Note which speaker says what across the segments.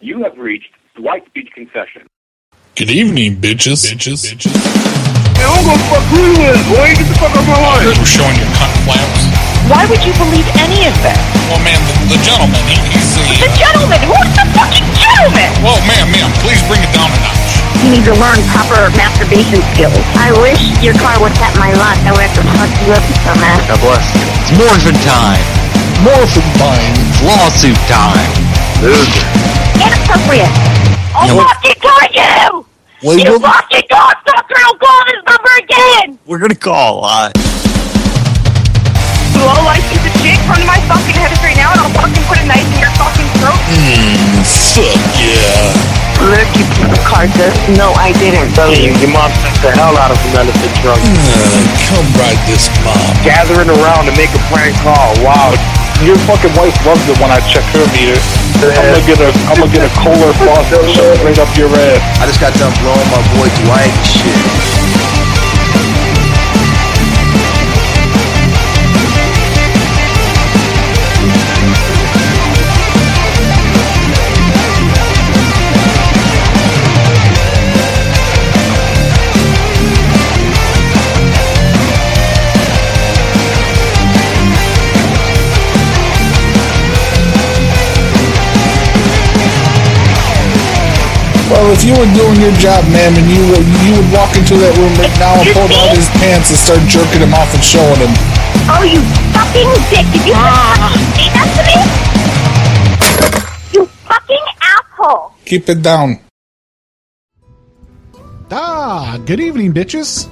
Speaker 1: You have reached Dwight Beach Concession.
Speaker 2: Good evening, bitches. Bitches. Bitches.
Speaker 3: Man, I'm gonna fuck who you is, boy. Get the fuck out of my life.
Speaker 2: We're showing you cunt flaps.
Speaker 4: Why would you believe any of that?
Speaker 2: Well, man, the, the gentleman, he, he's
Speaker 4: The
Speaker 2: the.
Speaker 4: gentleman! Who's the fucking gentleman?
Speaker 2: Whoa, ma'am, ma'am, please bring it down a notch.
Speaker 4: You need to learn proper masturbation skills.
Speaker 5: I wish your car was at my lot. I would have to fuck you up, you dumbass.
Speaker 6: God bless you.
Speaker 7: It's morphin' time.
Speaker 2: Morphin' time.
Speaker 7: It's lawsuit time.
Speaker 5: Inappropriate.
Speaker 4: I'll
Speaker 7: No.
Speaker 4: fucking kill you!
Speaker 7: Wait,
Speaker 4: You
Speaker 7: what-
Speaker 4: fucking cocksucker! I'll call this number again!
Speaker 7: We're gonna call. Uh,
Speaker 4: Blow like piece of shit, come to my fucking head right now and I'll fucking put a knife in your fucking throat.
Speaker 6: Mm,
Speaker 2: Fuck yeah.
Speaker 5: Look, you piece of carcass. No, I didn't.
Speaker 6: Telling you, your mom sent the hell out of an elephant trunk.
Speaker 2: Uh, come ride this mob.
Speaker 6: Gathering around to make a prank call. Wow.
Speaker 3: Your fucking wife loves it when I check her meter. I'm gonna get a, I'm gonna get a Kohler faucet and shove it right up your ass.
Speaker 7: I just got done blowing my boy Dwight and shit.
Speaker 2: Well, if you were doing your job, ma'am, and you would, you would walk into that room right now and pull down his pants and start jerking him off and showing him.
Speaker 5: Oh, you fucking dick. Did you fucking
Speaker 6: Ah.
Speaker 5: say that to me? You fucking asshole.
Speaker 2: Keep it down.
Speaker 8: Ah, good evening, bitches.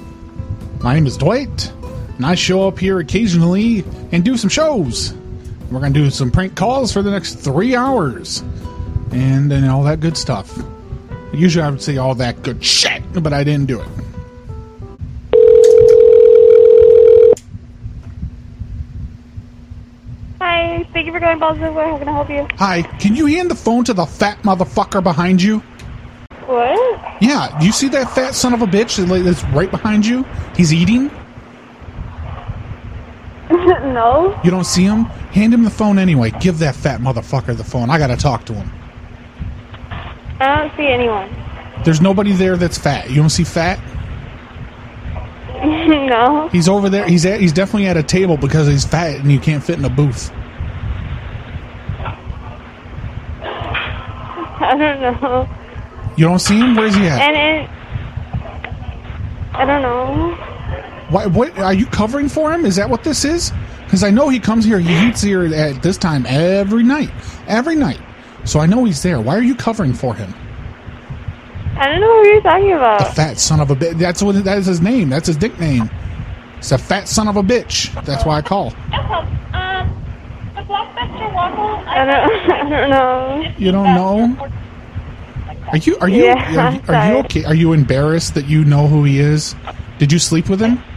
Speaker 8: My name is Dwight, and I show up here occasionally and do some shows. We're going to do some prank calls for the next three hours, and then all that good stuff. Usually I would say all that good shit, but I didn't do it.
Speaker 9: Hi, thank you for calling Balls Nowhere. How can I help you?
Speaker 8: Hi, can you hand the phone to the fat motherfucker behind you?
Speaker 9: What?
Speaker 8: Yeah, you see that fat son of a bitch that- that's right behind you? He's eating.
Speaker 9: no.
Speaker 8: You don't see him? Hand him the phone anyway. Give that fat motherfucker the phone. I got to talk to him.
Speaker 9: I don't see anyone.
Speaker 8: There's nobody there that's fat. You don't see fat?
Speaker 9: no.
Speaker 8: He's over there. He's at, he's definitely at a table because he's fat and you can't fit in a booth.
Speaker 9: I don't know.
Speaker 8: You don't see him? Where's he at?
Speaker 9: And it. I don't know.
Speaker 8: Why, what are you covering for him? Is that what this is? Because I know he comes here. He eats here at this time every night, every night. So I know he's there. Why are you covering for him?
Speaker 9: I don't know what you're talking
Speaker 8: The
Speaker 9: about.
Speaker 8: fat son of a bitch. That's what that is his name. That's his nickname. It's a fat son of a bitch. That's why I call.
Speaker 9: I don't. I don't know.
Speaker 8: You don't know? Are you are you
Speaker 9: Yeah,
Speaker 8: are, you- are you
Speaker 9: sorry.
Speaker 8: okay? Are you embarrassed that you know who he is? Did you sleep with him?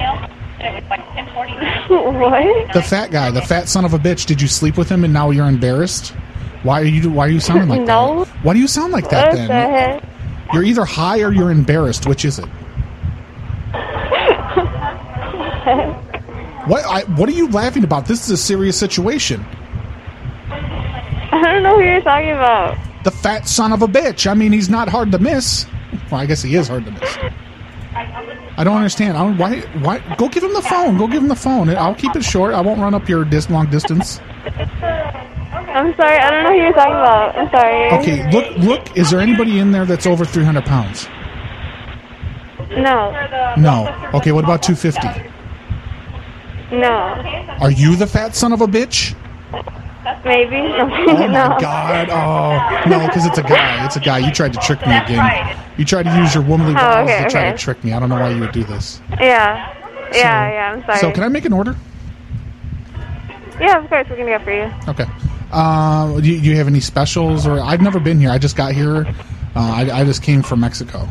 Speaker 9: what?
Speaker 8: The fat guy, the fat son of a bitch. Did you sleep with him and now you're embarrassed? Why are you why are you sounding like
Speaker 9: No.
Speaker 8: that? Why do you sound like that
Speaker 9: What the
Speaker 8: then?
Speaker 9: heck?
Speaker 8: You're either high or you're embarrassed. Which is it? What I, what are you laughing about? This is a serious situation.
Speaker 9: I don't know what you're talking about.
Speaker 8: The fat son of a bitch. I mean, he's not hard to miss. Well, I guess he is hard to miss. I don't understand. I don't, why? Why? Go give him the phone. Go give him the phone. I'll keep it short. I won't run up your dis- long distance.
Speaker 9: I'm sorry. I don't know what you're talking about. I'm sorry.
Speaker 8: Okay. Look. Look. Is there anybody in there that's over three hundred pounds?
Speaker 9: No.
Speaker 8: No. Okay, what about 250?
Speaker 9: No.
Speaker 8: Are you the fat son of a bitch?
Speaker 9: Maybe.
Speaker 8: Oh
Speaker 9: no.
Speaker 8: my god. Oh, no, because it's a guy. It's a guy. You tried to trick me again. You tried to use your womanly
Speaker 9: Oh,
Speaker 8: wiles
Speaker 9: okay,
Speaker 8: to try
Speaker 9: okay.
Speaker 8: to trick me. I don't know why you would do this.
Speaker 9: Yeah. Yeah.
Speaker 8: So-
Speaker 9: yeah. I'm sorry.
Speaker 8: So, can I make an order?
Speaker 9: Yeah, of course, we're gonna go for you.
Speaker 8: Okay. Uh, do, you, do you have any specials? Or I've never been here. I just got here. Uh, I, I just came from Mexico.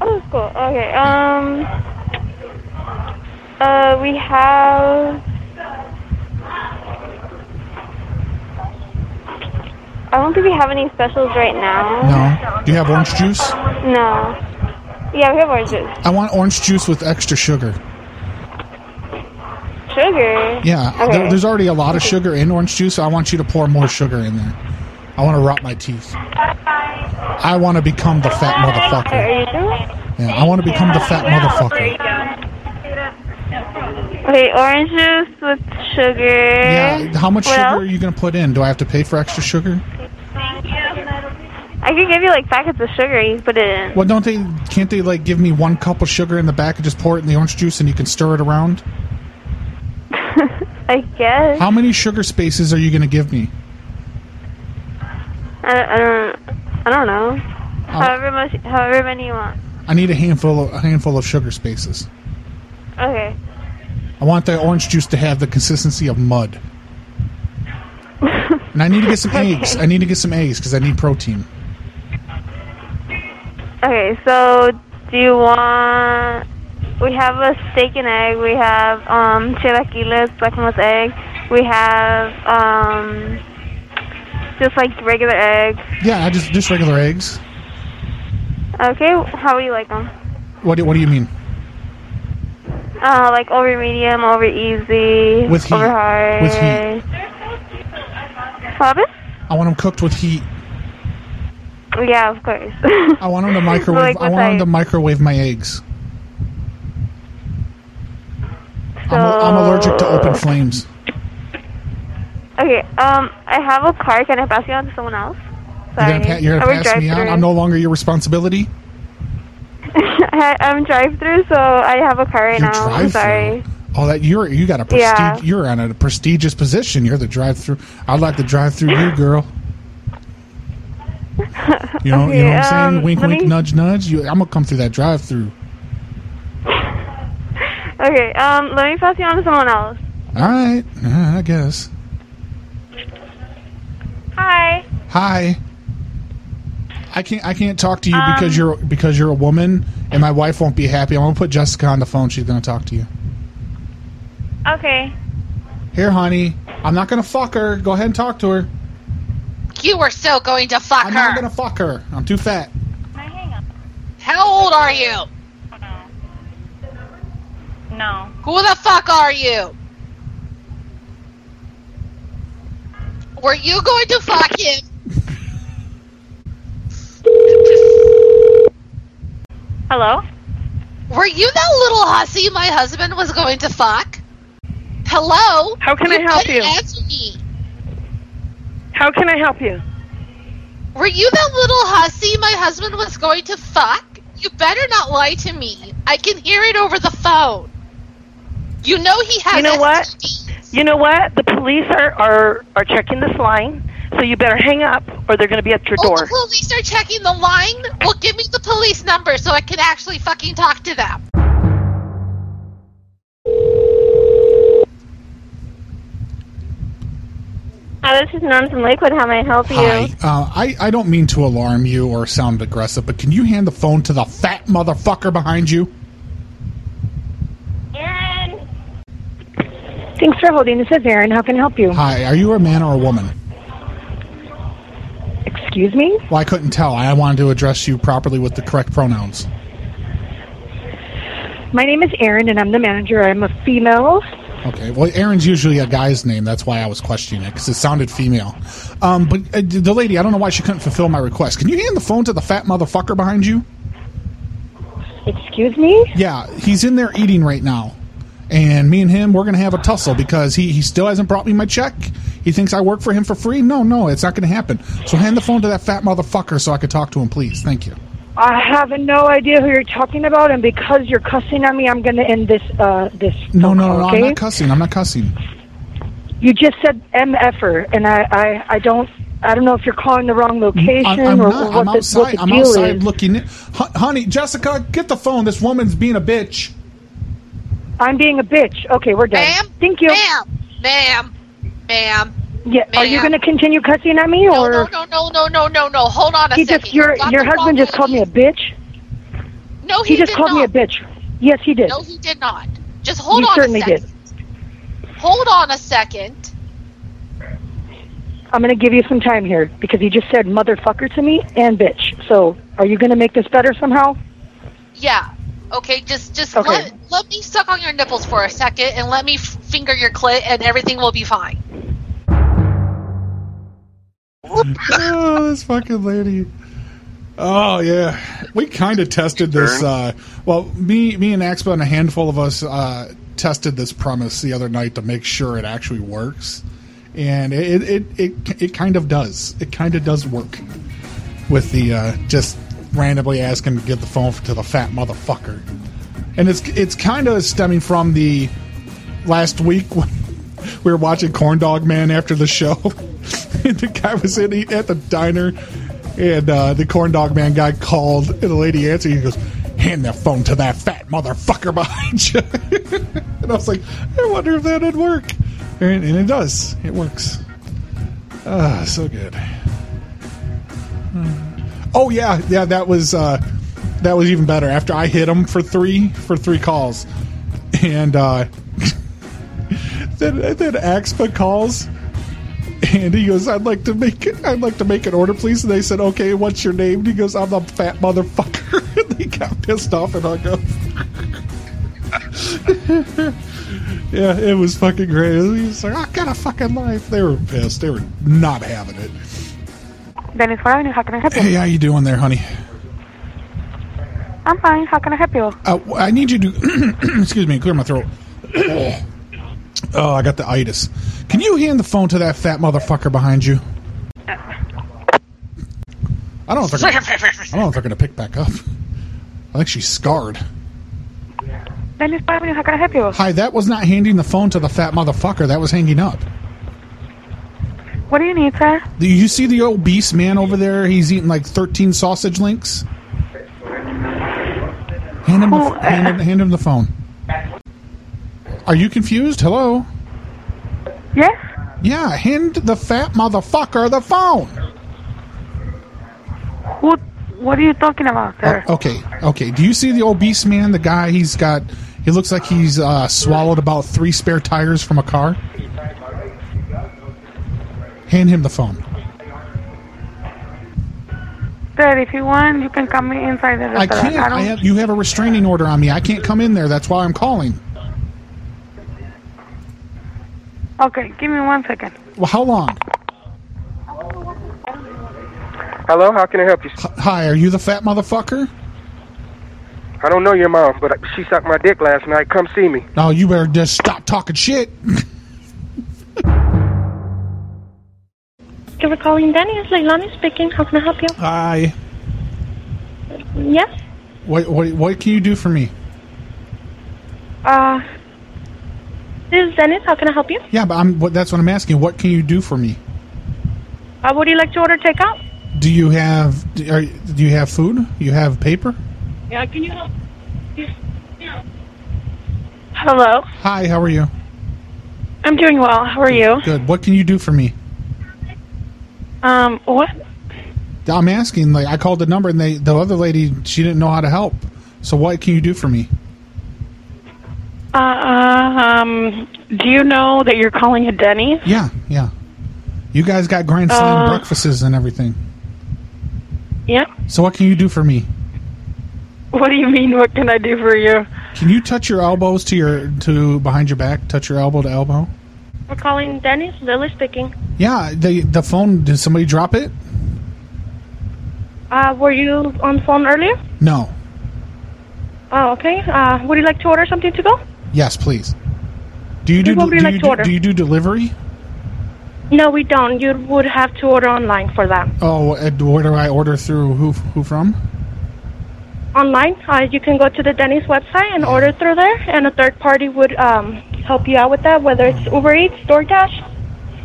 Speaker 9: Oh, that's cool. Okay. Um. Uh, we have. I don't think we have any specials right now.
Speaker 8: No. Do you have orange juice?
Speaker 9: No. Yeah, we have oranges.
Speaker 8: I want orange juice with extra sugar.
Speaker 9: Sugar.
Speaker 8: Yeah,
Speaker 9: Okay.
Speaker 8: there, there's already a lot of sugar in orange juice, so I want you to pour more sugar in there. I want to rot my teeth. I want to become the fat
Speaker 9: Are
Speaker 8: motherfucker.
Speaker 9: you doing?
Speaker 8: Yeah, I want to become the fat motherfucker.
Speaker 9: Okay, orange juice with sugar.
Speaker 8: Yeah, how much
Speaker 9: What
Speaker 8: sugar
Speaker 9: else?
Speaker 8: are you going to put in? Do I have to pay for extra sugar?
Speaker 9: I could give you like packets of sugar. You can put it in.
Speaker 8: Well, don't they? Can't they like give me one cup of sugar in the back and just pour it in the orange juice and you can stir it around?
Speaker 9: I guess.
Speaker 8: How many sugar spaces are you going to give me?
Speaker 9: I, I don't. I don't know. However much, however many you want.
Speaker 8: I need a handful of, a handful of sugar spaces.
Speaker 9: Okay.
Speaker 8: I want the orange juice to have the consistency of mud. and I need to get some eggs. I need to get some eggs because I need protein.
Speaker 9: Okay. So, do you want? We have a steak and egg. We have um chilaquiles, black and white egg. We have um just like regular eggs.
Speaker 8: Yeah, I just just regular eggs.
Speaker 9: Okay. How do you like them?
Speaker 8: What do, what do you mean?
Speaker 9: Uh, like over medium, over easy,
Speaker 8: With heat.
Speaker 9: over hard.
Speaker 8: With heat.
Speaker 9: Pardon?
Speaker 8: I want them cooked with heat.
Speaker 9: Yeah, of course.
Speaker 8: I want them to microwave.
Speaker 9: Like
Speaker 8: I
Speaker 9: with
Speaker 8: want them to
Speaker 9: ice.
Speaker 8: microwave my eggs. I'm, a- I'm allergic to open
Speaker 9: So-
Speaker 8: flames.
Speaker 9: Okay, um, I have a car. Can I pass you on to someone else?
Speaker 8: You're
Speaker 9: Sorry.
Speaker 8: gonna, pa- you're
Speaker 9: I
Speaker 8: gonna
Speaker 9: work
Speaker 8: pass me on.
Speaker 9: drive-thru.
Speaker 8: I'm no longer your responsibility.
Speaker 9: I, I'm drive-through, so I have a car right
Speaker 8: Your
Speaker 9: now. I'm
Speaker 8: drive-thru.
Speaker 9: sorry.
Speaker 8: Oh, that you're you got a prestige.
Speaker 9: Yeah.
Speaker 8: You're on a prestigious position. You're the drive-through. I'd like to drive through you, girl. You know, you know what I'm
Speaker 9: Okay,
Speaker 8: saying?
Speaker 9: um,
Speaker 8: wink,
Speaker 9: let
Speaker 8: wink,
Speaker 9: me-
Speaker 8: nudge, nudge. You, I'm gonna come through that drive-through.
Speaker 9: Okay, um, let me pass you on to someone else.
Speaker 8: All right, Uh, I guess.
Speaker 9: Hi.
Speaker 8: Hi. I can't. I can't talk to you
Speaker 9: Um,
Speaker 8: because you're because you're a woman, and my wife won't be happy. I'm gonna put Jessica on the phone. She's gonna talk to you.
Speaker 9: Okay.
Speaker 8: Here, honey. I'm not gonna fuck her. Go ahead and talk to her.
Speaker 10: You are still going to fuck
Speaker 8: I'm
Speaker 10: her.
Speaker 8: not gonna fuck her. I'm too fat.
Speaker 10: How old are you?
Speaker 4: No.
Speaker 10: Who the fuck are you? Were you going to fuck him?
Speaker 4: Hello?
Speaker 10: Were you that little hussy my husband was going to fuck? Hello?
Speaker 4: How can I help
Speaker 10: couldn't
Speaker 4: you?
Speaker 10: Answer me.
Speaker 4: How can I help you?
Speaker 10: Were you that little hussy my husband was going to fuck? You better not lie to me. I can hear it over the phone. You know he has
Speaker 4: You know what?
Speaker 10: STDs.
Speaker 4: You know what? The police are, are, are checking this line, so you better hang up or they're going to be at your
Speaker 10: Oh,
Speaker 4: door.
Speaker 10: the police are checking the line. Well, give me the police number so I can actually fucking talk to them.
Speaker 9: Hi, this is Norm from Lakewood. How may I help
Speaker 8: Hi.
Speaker 9: you?
Speaker 8: Uh, I I don't mean to alarm you or sound aggressive, but can you hand the phone to the fat motherfucker behind you?
Speaker 4: Thanks for holding. This is Erin. How can I help you?
Speaker 8: Hi. Are you a man or a woman?
Speaker 4: Excuse me?
Speaker 8: Well, I couldn't tell. I wanted to address you properly with the correct pronouns.
Speaker 4: My name is Erin, and I'm the manager. I'm a female.
Speaker 8: Okay. Well, Aaron's usually a guy's name. That's why I was questioning it because it sounded female. Um, but uh, the lady, I don't know why she couldn't fulfill my request. Can you hand the phone to the fat motherfucker behind you?
Speaker 4: Excuse me?
Speaker 8: Yeah, he's in there eating right now, and me and him we're gonna have a tussle because he he still hasn't brought me my check. He thinks I work for him for free. No, no, it's not gonna happen. So hand the phone to that fat motherfucker so I could talk to him, please. Thank you.
Speaker 4: I have no idea who you're talking about, and because you're cussing at me, I'm going to end this. Uh, this.
Speaker 8: No,
Speaker 4: phone
Speaker 8: no, no,
Speaker 4: call,
Speaker 8: no.
Speaker 4: okay?
Speaker 8: I'm not cussing. I'm not cussing.
Speaker 4: You just said MFer, and I, I, I don't, I don't know if you're calling the wrong location
Speaker 8: I'm, I'm
Speaker 4: or,
Speaker 8: not.
Speaker 4: or
Speaker 8: I'm
Speaker 4: what, the, what
Speaker 8: outside.
Speaker 4: the
Speaker 8: I'm
Speaker 4: deal
Speaker 8: outside
Speaker 4: is.
Speaker 8: looking. In. Hon- Honey, Jessica, get the phone. This woman's being a bitch.
Speaker 4: I'm being a bitch. Okay, we're done.
Speaker 10: Ma'am?
Speaker 4: Thank you.
Speaker 10: Ma'am. Ma'am. Ma'am.
Speaker 4: yeah, are you
Speaker 10: ma'am.
Speaker 4: going to continue cussing at me,
Speaker 10: No,
Speaker 4: or
Speaker 10: no, no, no, no, no, no, no. Hold on a
Speaker 4: he
Speaker 10: second.
Speaker 4: just your
Speaker 10: You got
Speaker 4: your
Speaker 10: the wrong
Speaker 4: husband just called me a
Speaker 10: lady.
Speaker 4: bitch?
Speaker 10: No, he,
Speaker 4: He, just
Speaker 10: did
Speaker 4: called
Speaker 10: not.
Speaker 4: me a bitch. Yes, he did.
Speaker 10: No, he did not. Just hold
Speaker 4: He
Speaker 10: on
Speaker 4: certainly
Speaker 10: a second. Hold on a second.
Speaker 4: I'm going to give you some time here because he just said motherfucker to me and bitch. So, are you going to make this better somehow?
Speaker 10: Yeah. Okay, just just
Speaker 4: Okay.
Speaker 10: let, let me suck on your nipples for a second and let me f- finger your clit and everything will be fine.
Speaker 8: oh, this fucking lady. Oh yeah, we kind of tested this. Uh, well, me, me and Axpa and a handful of us uh, tested this premise the other night to make sure it actually works, and it it it, it kind of does. It kind of does work with the uh, just randomly asking to give the phone to the fat motherfucker, and it's it's kind of stemming from the last week when we were watching Corn Dog Man after the show, and the guy was in eat at the diner, and uh, the Corn Dog Man guy called, and the lady answered. He goes, "Hand that phone to that fat motherfucker behind you," and I was like, "I wonder if that'd work," and, and it does. It works. Ah, so good. Oh yeah, yeah, that was uh, that was even better. After I hit him for three for three calls, and uh, then then Axpa calls, and he goes, "I'd like to make I'd like to make an order, please." And they said, "Okay, what's your name?" And he goes, "I'm the fat motherfucker." and they got pissed off and hung up. yeah, it was fucking great. He was like, "I got a fucking life." They were pissed. They were not having it.
Speaker 9: Dennis Ford Avenue, how can I help you?
Speaker 8: Hey, how you doing there, honey?
Speaker 9: I'm fine. How can I help you?
Speaker 8: Uh, I need you to excuse me, clear my throat. oh, I got the itis. Can you hand the phone to that fat motherfucker behind you? I don't know if they're gonna, I don't know if they're gonna pick back up. I think she's scarred.
Speaker 9: Dennis Ford Avenue, how can I help you?
Speaker 8: Hi, that was not handing the phone to the fat motherfucker. That was hanging up.
Speaker 9: What do you need, sir?
Speaker 8: Do you see the obese man over there? He's eating like thirteen sausage links. Hand him, the,
Speaker 9: Oh, uh,
Speaker 8: hand him, hand him the phone. Are you confused? Hello.
Speaker 9: Yes?
Speaker 8: Yeah, hand the fat motherfucker the phone.
Speaker 9: Who? What are you talking about, sir?
Speaker 8: Uh, Okay, okay. Do you see the obese man? The guy he's got. He looks like he's uh, swallowed about three spare tires from a car. Hand him the phone.
Speaker 9: Sir, if you want, you can come inside the
Speaker 8: I
Speaker 9: restaurant.
Speaker 8: can't.
Speaker 9: don't,
Speaker 8: I have, you have a restraining order on me. I can't come in there. That's why I'm calling.
Speaker 9: Okay, give me one second.
Speaker 8: Well, how long?
Speaker 6: Hello, how can I help you?
Speaker 8: Hi, are you the fat motherfucker?
Speaker 6: I don't know your mom, but she sucked my dick last night. Come see me.
Speaker 8: No, you better just stop talking shit.
Speaker 11: Thank you for calling Denny's. Leilani speaking. How can I help you?
Speaker 8: Hi.
Speaker 11: Yes.
Speaker 8: What what what can you do for me?
Speaker 11: Uh, this is Dennis. How can I help you?
Speaker 8: Yeah, but I'm. What, that's what I'm asking. What can you do for me?
Speaker 11: Uh, would you like to order takeout?
Speaker 8: Do you have do, are, do you have food? You have paper?
Speaker 11: Yeah. Can you help? Hello.
Speaker 8: Hi, how are you?
Speaker 11: I'm doing well. How are you?
Speaker 8: Good. What can you do for me?
Speaker 11: Um. What?
Speaker 8: I'm asking. Like I called the number and they the other lady she didn't know how to help. So what can you do for me?
Speaker 11: Uh. Um. Do you know that you're calling a Denny's?
Speaker 8: Yeah, yeah. You guys got grand slam
Speaker 11: Uh.
Speaker 8: breakfasts and everything.
Speaker 11: Yeah.
Speaker 8: So what can you do for me?
Speaker 11: What do you mean? What can I do for you?
Speaker 8: Can you touch your elbows to your to behind your back? Touch your elbow to elbow.
Speaker 11: We're calling Denny's. Lily speaking.
Speaker 8: Yeah, the the phone. Did somebody drop it?
Speaker 11: Uh, were you on phone earlier?
Speaker 8: No.
Speaker 11: Oh, okay. Uh, would you like to order something to go?
Speaker 8: Yes, please. Do you do
Speaker 11: What would you
Speaker 8: do,
Speaker 11: like
Speaker 8: you
Speaker 11: to
Speaker 8: do,
Speaker 11: order?
Speaker 8: do you do delivery?
Speaker 11: No, we don't. You would have to order online for that.
Speaker 8: Oh, and where do I order through? Who who from?
Speaker 11: Online, uh, you can go to the Denny's website and order through there, and a third party would um, help you out with that, whether it's Uber Eats, DoorDash,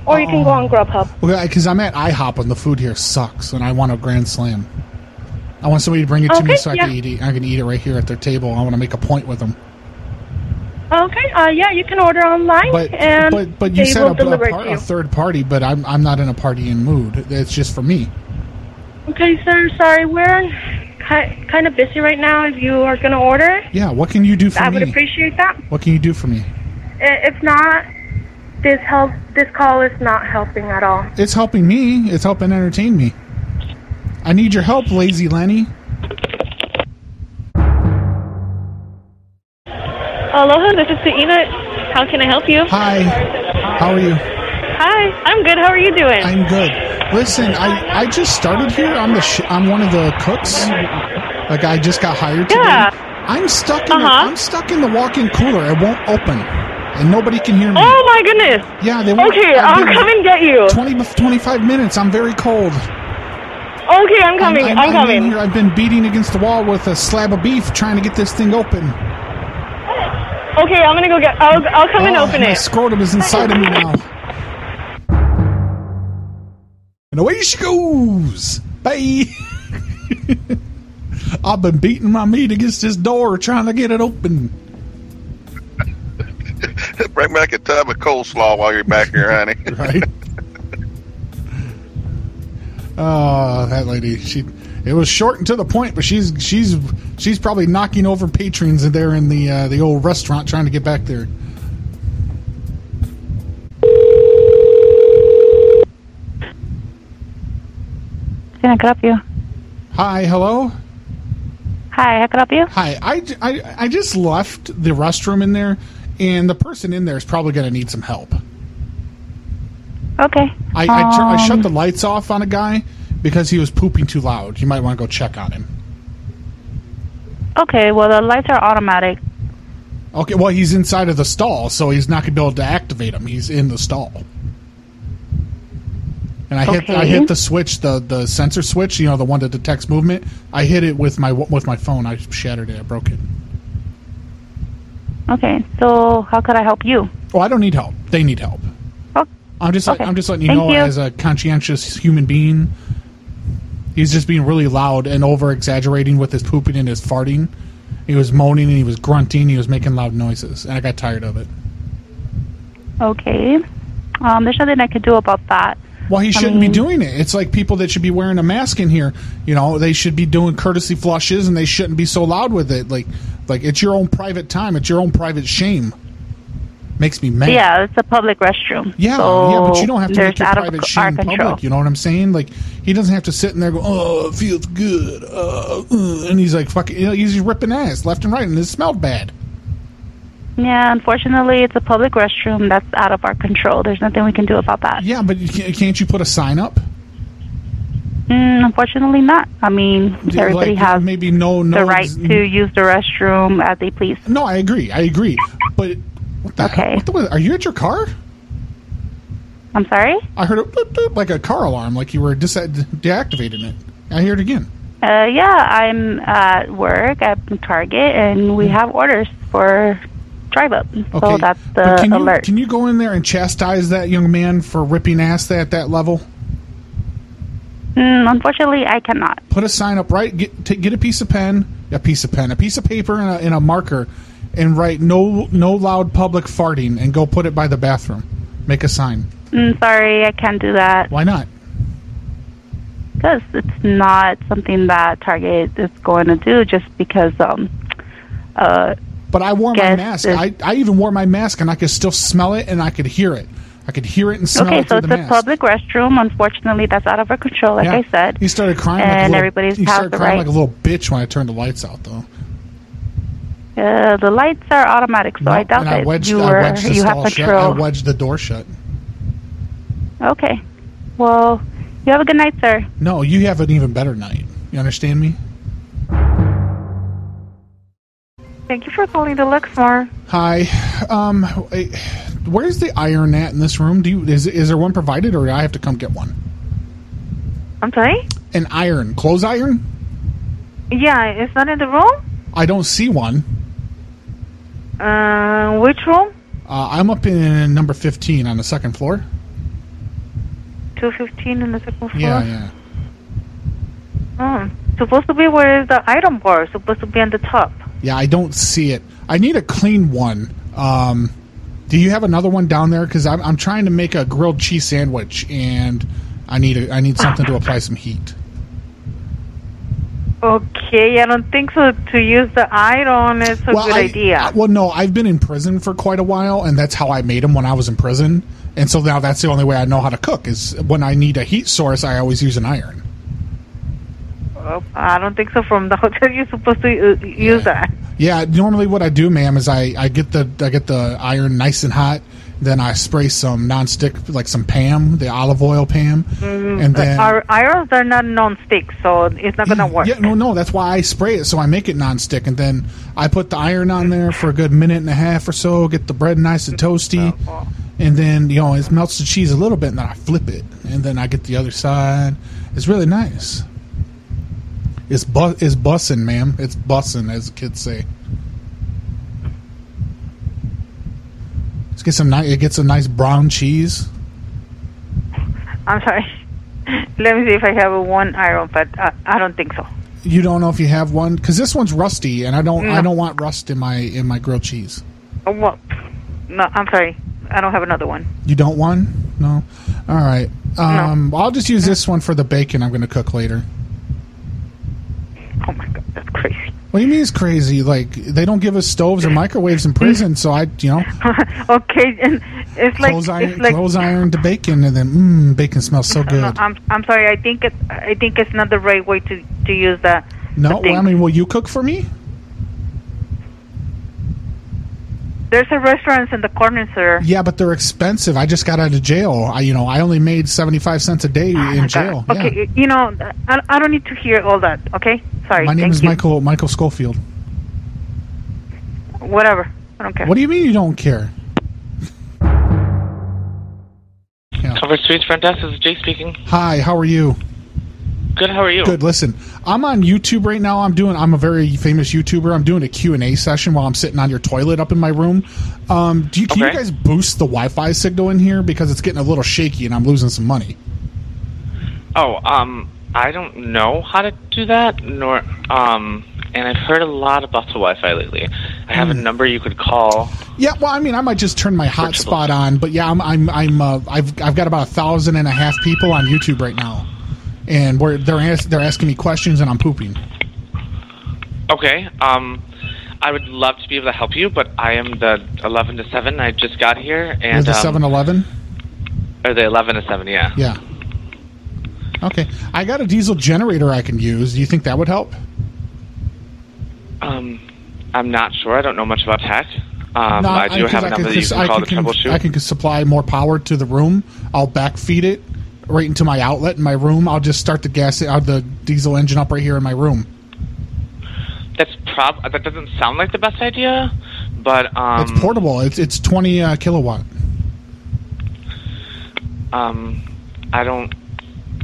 Speaker 11: or you can go
Speaker 8: Uh-uh.
Speaker 11: on Grubhub.
Speaker 8: Well, because I'm at IHOP and the food here sucks, and I want a grand slam. I want somebody to bring it to me
Speaker 11: Okay,
Speaker 8: so I can
Speaker 11: yeah.
Speaker 8: eat it. I can eat it right here at their table. I want to make a point with them.
Speaker 11: Okay, uh, yeah, you can order online,
Speaker 8: But
Speaker 11: and
Speaker 8: but but you
Speaker 11: they
Speaker 8: said
Speaker 11: will
Speaker 8: a, a,
Speaker 11: deliver it
Speaker 8: par-
Speaker 11: to you.
Speaker 8: a third party, but I'm I'm not in a partying mood. It's just for me.
Speaker 11: okay, sir, sorry, we're ki- kind of busy right now. If you are going to order,
Speaker 8: Yeah. What can you do for
Speaker 11: I would
Speaker 8: me?
Speaker 11: appreciate that.
Speaker 8: what can you do for me?
Speaker 11: I- If not, this help this call is not helping at all.
Speaker 8: It's helping me. It's helping entertain me. I need your help, lazy Lenny.
Speaker 12: Aloha, this is Suina. How can I help you?
Speaker 8: Hi. How are you?
Speaker 12: Hi, I'm good. How are you doing?
Speaker 8: I'm good. Listen, I, I just started here. I'm the sh- I'm one of the cooks. Like I just got hired today.
Speaker 12: Yeah.
Speaker 8: I'm stuck in
Speaker 12: Uh-huh.
Speaker 8: the, I'm stuck in the walk-in cooler. It won't open, and nobody can hear me.
Speaker 12: Oh my goodness.
Speaker 8: Yeah, they won't.
Speaker 12: Okay,
Speaker 8: I've
Speaker 12: I'll
Speaker 8: been
Speaker 12: come and get you.
Speaker 8: 20, b- 25 minutes. I'm very cold.
Speaker 12: Okay, I'm coming. I'm,
Speaker 8: in
Speaker 12: coming.
Speaker 8: here. I've been beating against the wall with a slab of beef trying to get this thing open.
Speaker 12: Okay, I'm gonna go get. I'll, I'll come and
Speaker 8: Oh,
Speaker 12: open
Speaker 8: My
Speaker 12: it.
Speaker 8: scrotum is inside of me now. And away she goes. Bye. I've been beating my meat against this door trying to get it open.
Speaker 13: Bring back a tub of coleslaw while you're back here, honey.
Speaker 8: right. Oh, that lady. She. It was short and to the point, but she's she's she's probably knocking over patrons there in the uh, the old restaurant trying to get back there.
Speaker 14: Can I help you?
Speaker 8: Hi, hello.
Speaker 14: Hi, how can I help you?
Speaker 8: Hi, I, I, I just left the restroom in there, and the person in there is probably going to need some help.
Speaker 14: Okay.
Speaker 8: I, I, tur- I shut
Speaker 14: Um,
Speaker 8: the lights off on a guy because he was pooping too loud. You might want to go check on him.
Speaker 14: Um, Okay, well, the lights are automatic.
Speaker 8: Okay, well, he's inside of the stall, so he's not going to be able to activate him. He's in the stall. And I hit I
Speaker 14: Okay.
Speaker 8: hit the switch, the, the sensor switch, you know, the one that detects movement. I hit it with my with my phone. I shattered it. I broke it.
Speaker 14: Okay, so how could I help you?
Speaker 8: Oh, I don't need help. They need help. I'm just
Speaker 14: okay.
Speaker 8: I'm just letting you
Speaker 14: Thank
Speaker 8: know
Speaker 14: you.
Speaker 8: as a conscientious human being. He's just being really loud and over exaggerating with his pooping and his farting. He was moaning and he was grunting. He was making loud noises, and I got tired of it.
Speaker 14: Okay. Um, there's nothing I could do about that.
Speaker 8: Well, he
Speaker 14: I
Speaker 8: shouldn't
Speaker 14: mean-
Speaker 8: be doing it. It's like people that should be wearing a mask in here. You know, they should be doing courtesy flushes, and they shouldn't be so loud with it. Like, like it's your own private time. It's your own private shame. Makes me mad.
Speaker 14: Yeah, it's a public restroom.
Speaker 8: Yeah,
Speaker 14: so
Speaker 8: yeah, but you don't have to
Speaker 14: there's
Speaker 8: make your
Speaker 14: out of
Speaker 8: private
Speaker 14: c-
Speaker 8: shame
Speaker 14: our control.
Speaker 8: public. You know what I'm saying? Like he doesn't have to sit in there and go, "Oh, it feels good," uh, uh," and he's like, "Fucking," you know, he's ripping ass left and right, and it smelled bad.
Speaker 14: Yeah, unfortunately, it's a public restroom. That's out of our control. There's nothing we can do about that.
Speaker 8: Yeah, but you can't, can't you put a sign up?
Speaker 14: Mm, unfortunately, not. I mean, everybody
Speaker 8: like,
Speaker 14: has
Speaker 8: maybe no, no
Speaker 14: the right
Speaker 8: ex-
Speaker 14: to use the restroom as they please.
Speaker 8: No, I agree. I agree. But what the okay, what the, are you at your car?
Speaker 14: I'm sorry.
Speaker 8: I heard a boop, boop, like a car alarm, like you were dis- deactivating it. I hear it again.
Speaker 14: Uh, yeah, I'm at work at Target, and we have orders for drive up.
Speaker 8: Mm. Okay,
Speaker 14: So that's
Speaker 8: But
Speaker 14: the
Speaker 8: can you
Speaker 14: alert.
Speaker 8: can you go in there and chastise that young man for ripping ass at that level?
Speaker 14: Mm, unfortunately, I cannot.
Speaker 8: put a sign up right get t- get a piece of pen a piece of pen a piece of paper and a, and a marker and write no no loud public farting and go put it by the bathroom make a sign
Speaker 14: Mm, sorry, I can't do that.
Speaker 8: Why not?
Speaker 14: Because it's not something that Target is going to do. Just because. Um, uh,
Speaker 8: but I wore my
Speaker 14: guess
Speaker 8: mask
Speaker 14: it's-
Speaker 8: I, I even wore my mask and i could still smell it and i could hear it i could hear it and smell
Speaker 14: okay,
Speaker 8: it
Speaker 14: so
Speaker 8: through
Speaker 14: it's
Speaker 8: the
Speaker 14: a
Speaker 8: mask
Speaker 14: public restroom. Unfortunately, that's out of our control. Like
Speaker 8: Yeah.
Speaker 14: I said,
Speaker 8: he started crying like a
Speaker 14: and
Speaker 8: little,
Speaker 14: everybody's
Speaker 8: he
Speaker 14: has
Speaker 8: started
Speaker 14: the
Speaker 8: crying like
Speaker 14: right-
Speaker 8: a little bitch when i turned the lights out though
Speaker 14: uh, the lights are automatic, so I doubt
Speaker 8: and i
Speaker 14: that
Speaker 8: wedged,
Speaker 14: you
Speaker 8: I
Speaker 14: were
Speaker 8: wedged the
Speaker 14: you have
Speaker 8: stall shut i
Speaker 14: control.
Speaker 8: wedged the door shut
Speaker 14: okay, well, you have a good night, sir.
Speaker 8: no you have an even better night you understand me
Speaker 15: Thank you for calling the Lexmar.
Speaker 8: Hi. Um, I- where's the iron at in this room? Do you is is there one provided, or do I have to come get one?
Speaker 15: I'm sorry.
Speaker 8: An iron, clothes iron.
Speaker 15: Yeah, it's not in the room.
Speaker 8: I don't see one.
Speaker 15: Uh, which room?
Speaker 8: Uh, I'm up in number fifteen on the second floor.
Speaker 15: Two fifteen in the second floor.
Speaker 8: Yeah, yeah.
Speaker 15: Hmm. Supposed to be where is the item bar? Supposed to be on the top.
Speaker 8: Yeah, I don't see it. I need a clean one. Um, do you have another one down there? Because I'm, I'm trying to make a grilled cheese sandwich, and I need a, I need something to apply some heat.
Speaker 15: Okay, I don't think so. To use the iron is a good
Speaker 8: I,
Speaker 15: idea.
Speaker 8: I- well, no, I've been in prison for quite a while, and that's how I made them when I was in prison. And so now that's the only way I know how to cook is when I need a heat source, I always use an iron.
Speaker 15: Uh, I don't think so. From the hotel, you're supposed to uh, use that.
Speaker 8: Yeah, normally what I do, ma'am, is I, I get the I get the iron nice and hot, Then I spray some nonstick, like some Pam, the olive oil Pam,
Speaker 15: Mm,
Speaker 8: and then
Speaker 15: our irons are not non-stick, so it's not gonna work.
Speaker 8: yeah, no, no, that's why I spray it so I make it nonstick, and then I put the iron on there for a good minute and a half or so, get the bread nice and toasty,
Speaker 15: Oh,
Speaker 8: and then you know it melts the cheese a little bit, and then I flip it, and then I get the other side. It's really nice. It's bu- it's bussin', ma'am. It's bussin', as the kids say. Let's get some nice. It gets a nice brown cheese.
Speaker 15: I'm sorry. Let me see if I have one iron, but I, I don't think so.
Speaker 8: You don't know if you have one because this one's rusty, and I don't. I
Speaker 15: No.
Speaker 8: don't want rust in my in my grilled cheese.
Speaker 15: Oh, well, no, I'm sorry. I don't have another one.
Speaker 8: You don't want? No. All right. Um, I'll just use this one for the bacon I'm going to cook later. Oh my god, that's crazy. What do you mean it's crazy? Like they don't give us stoves or microwaves in prison, so I, you know,
Speaker 15: okay, and it's like
Speaker 8: clothes iron,
Speaker 15: it's like.
Speaker 8: clothes iron to bacon, and then mmm, bacon smells so
Speaker 15: no,
Speaker 8: good.
Speaker 15: I'm I'm sorry. I think it, I think it's not the right way to to use that.
Speaker 8: No, well, I mean, will you cook for me?
Speaker 15: There's a restaurant in the corner, sir.
Speaker 8: Yeah, but they're expensive. I just got out of jail. I, you know, I only made seventy five cents a day in jail. Yeah.
Speaker 15: Ah, Uh, Okay, you know, I, I don't need to hear all that. Okay, sorry.
Speaker 8: My name
Speaker 15: thank
Speaker 8: is
Speaker 15: you.
Speaker 8: Michael Michael Schofield.
Speaker 15: Whatever. I don't care.
Speaker 8: What do you mean you don't care?
Speaker 16: Cover Streets Front Desk, this is Jake speaking.
Speaker 8: Hi, how are you?
Speaker 16: Good, how are you?
Speaker 8: Good. Listen, I'm on YouTube right now. I'm doing. I'm a very famous YouTuber. I'm doing a Q and A session while I'm sitting on your toilet up in my room. Um, do you, can you
Speaker 16: Okay.
Speaker 8: guys boost the Wi-Fi signal in here because it's getting a little shaky and I'm losing some money?
Speaker 16: Oh, um, I don't know how to do that, nor, um, and I've heard a lot about the Wi Fi lately. I have a
Speaker 8: Mm.
Speaker 16: number you could call.
Speaker 8: Yeah. Well, I mean, I might just turn my hotspot on, but yeah, I'm. I'm. I'm uh, I've. I've got about a thousand and a half people on YouTube right now, and we're they're ask, they're asking me questions and I'm pooping.
Speaker 16: Okay, um, I would love to be able to help you, but I am the 11 to 7. I just got here,
Speaker 8: You're
Speaker 16: and.
Speaker 8: the
Speaker 16: um,
Speaker 8: Seven Eleven.
Speaker 16: Or the 11 to 7, yeah.
Speaker 8: Yeah. Okay. I got a diesel generator I can use. Do you think that would help?
Speaker 16: Um, I'm not sure. I don't know much about tech. Um,
Speaker 8: No,
Speaker 16: I do
Speaker 8: 'cause
Speaker 16: have
Speaker 8: I could
Speaker 16: a number that you
Speaker 8: cons-
Speaker 16: can
Speaker 8: I
Speaker 16: call
Speaker 8: could
Speaker 16: to
Speaker 8: con-
Speaker 16: troubleshoot.
Speaker 8: I can supply more power to the room. I'll backfeed it right into my outlet in my room. I'll just start the gas, uh, the diesel engine up right here in my room.
Speaker 16: That's prob. That doesn't sound like the best idea, but um,
Speaker 8: it's portable. It's it's twenty uh, kilowatt.
Speaker 16: um, I don't,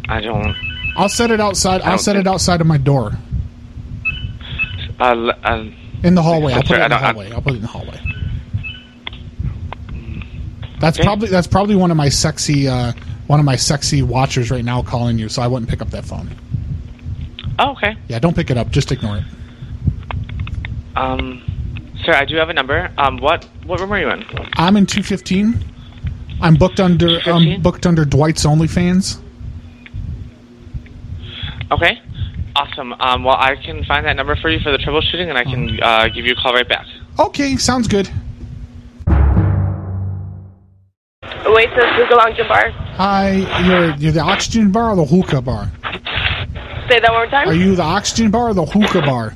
Speaker 16: I don't.
Speaker 8: I'll set it outside.
Speaker 16: I
Speaker 8: I'll
Speaker 16: don't
Speaker 8: set it
Speaker 16: think-
Speaker 8: outside of my door
Speaker 16: Uh, l- uh,
Speaker 8: in the hallway. I'll
Speaker 16: That's
Speaker 8: put
Speaker 16: right,
Speaker 8: it in the
Speaker 16: I don't-
Speaker 8: hallway. I'll put it in the hallway. That's probably that's probably one of my sexy uh, one of my sexy watchers right now calling you. So I wouldn't pick up that phone.
Speaker 16: oh, okay.
Speaker 8: Yeah, don't pick it up. Just ignore it.
Speaker 16: Um, sir, I do have a number. Um, what what room are you in?
Speaker 8: I'm in 215. I'm booked under I'm booked under Dwight's OnlyFans.
Speaker 16: Okay, awesome. Um, well, I can find that number for you for the troubleshooting, and I
Speaker 8: Mm-hmm.
Speaker 16: can uh, give you a call right back.
Speaker 8: Okay, sounds good.
Speaker 17: Wait till Google Jim Bar.
Speaker 8: Hi, you're you're the oxygen bar or the hookah bar?
Speaker 17: Say that one more time.
Speaker 8: Are you the oxygen bar or the hookah bar?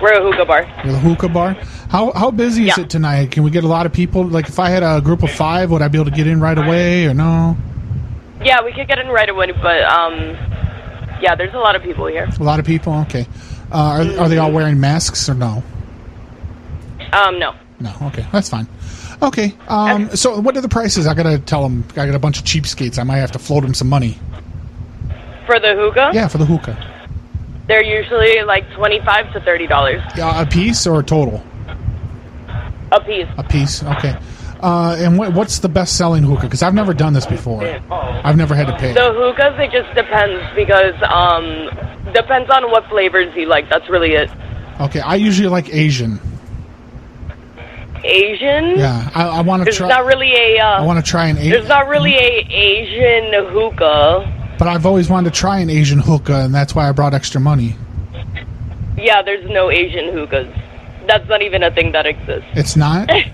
Speaker 17: We're a hookah bar.
Speaker 8: You're the hookah bar. How how busy is it tonight? Can we get a lot of people? Like if I had a group of five, would I be able to get in right away or no?
Speaker 17: Yeah, we could get in right away, but um, yeah, there's a lot of people here.
Speaker 8: A lot of people. Okay. Uh, are, are they all wearing masks or no?
Speaker 17: Um, no.
Speaker 8: No. Okay, that's fine. Okay. Um, So what are the prices? I gotta tell them. I got a bunch of cheapskates. I might have to float them some money.
Speaker 17: For the hookah,
Speaker 8: Yeah, for the hookah.
Speaker 17: they're usually like twenty-five to thirty dollars
Speaker 8: Uh, a piece or a total?
Speaker 17: a piece.
Speaker 8: A piece. Okay. Uh, and what, what's the best selling hookah? Because I've never done this before. I've never had to pay.
Speaker 17: The hookahs, it just depends because um, depends on what flavors you like. That's really it.
Speaker 8: Okay. I usually like Asian.
Speaker 17: Asian.
Speaker 8: Yeah. I, I want to
Speaker 17: There's
Speaker 8: try.
Speaker 17: not really a. Uh,
Speaker 8: I want to try an
Speaker 17: There's
Speaker 8: Asian.
Speaker 17: not really a Asian hookah.
Speaker 8: But I've always wanted to try an Asian hookah, and that's why I brought extra money.
Speaker 17: Yeah, there's no Asian hookahs. That's not even a thing that exists.
Speaker 8: It's not.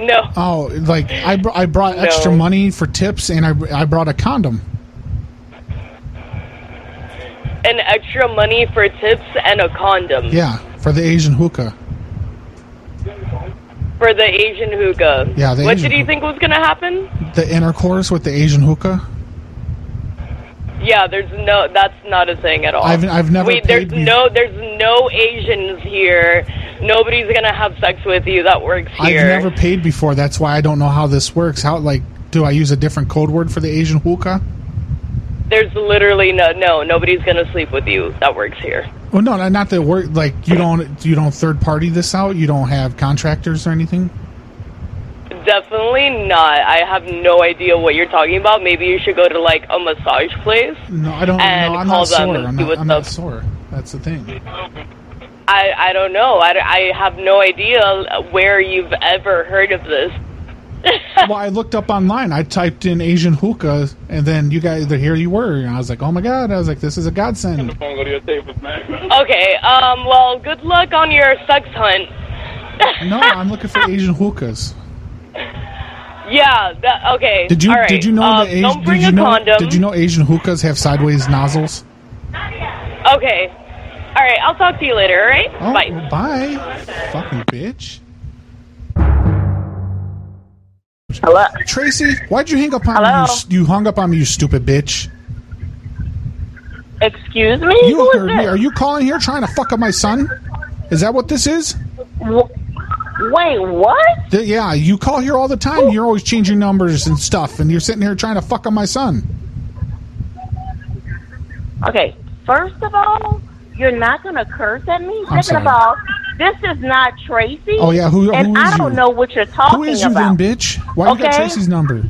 Speaker 17: No.
Speaker 8: Oh, like I br- I brought
Speaker 17: No.
Speaker 8: extra money for tips, and I I brought a condom.
Speaker 17: An extra money Mm-hmm. for tips and a condom.
Speaker 8: Yeah, for the Asian hookah.
Speaker 17: for the Asian hookah.
Speaker 8: Yeah, the
Speaker 17: what
Speaker 8: Asian
Speaker 17: did you think was going to happen?
Speaker 8: The intercourse with the Asian hookah.
Speaker 17: Yeah, there's no. That's not a thing at all.
Speaker 8: I've- I've never
Speaker 17: Wait, there's
Speaker 8: paid me-
Speaker 17: no. There's no Asians here. Nobody's going to have sex with you that works here.
Speaker 8: I've never paid before. That's why I don't know how this works. How like do I use a different code word for the Asian hookah?
Speaker 17: There's literally no. No, nobody's going to sleep with you that works here.
Speaker 8: Well, no, not- not that work. Like you don't you don't third party this out. You don't have contractors or anything.
Speaker 17: Definitely not. I have no idea what you're talking about. Maybe you should go to like a massage place.
Speaker 8: No, I don't.
Speaker 17: And
Speaker 8: no, I'm
Speaker 17: call
Speaker 8: not
Speaker 17: them
Speaker 8: sore.
Speaker 17: and
Speaker 8: I'm
Speaker 17: see
Speaker 8: not,
Speaker 17: what's
Speaker 8: I'm not sore. That's the thing.
Speaker 17: Mm-hmm. I I don't know. I, I have no idea where you've ever heard of this.
Speaker 8: well, I looked up online. I typed in Asian hookah, and then you guys, here you were. And I was like, oh my god. I was like, this is a godsend.
Speaker 17: Okay. Um. Well, good luck on your sex hunt.
Speaker 8: no, I'm looking for Asian hookahs.
Speaker 17: Yeah. That, okay.
Speaker 8: Did you
Speaker 17: All right.
Speaker 8: did you know
Speaker 17: um,
Speaker 8: that Asian,
Speaker 17: Don't bring
Speaker 8: did you
Speaker 17: a
Speaker 8: know,
Speaker 17: condom.
Speaker 8: Did you know Asian hookahs have sideways nozzles?
Speaker 17: Okay. All right. I'll talk to you later. All right.
Speaker 8: Oh,
Speaker 17: Bye.
Speaker 8: well, bye. Fucking bitch.
Speaker 17: Hello.
Speaker 8: Tracy, why'd you hang up on
Speaker 18: Hello?
Speaker 8: me? You, you hung up on me, you stupid bitch.
Speaker 18: Excuse me?
Speaker 8: You
Speaker 18: Who is
Speaker 8: heard me.
Speaker 18: this?
Speaker 8: Are you calling here trying to fuck up my son? Is that what this is?
Speaker 18: Wait, what?
Speaker 8: Th- yeah, you call here all the time. You're always changing numbers and stuff, and you're sitting here trying to fuck up my son.
Speaker 18: Okay, first of all, you're not going to curse at me.
Speaker 8: I'm
Speaker 18: Second of all,
Speaker 8: sorry.
Speaker 18: this is not Tracy.
Speaker 8: Oh, yeah, who-
Speaker 18: And
Speaker 8: who
Speaker 18: I
Speaker 8: is
Speaker 18: don't
Speaker 8: you?
Speaker 18: know what you're talking
Speaker 8: Who is you
Speaker 18: about.
Speaker 8: then, bitch? Why you got
Speaker 18: Okay.
Speaker 8: Tracy's number?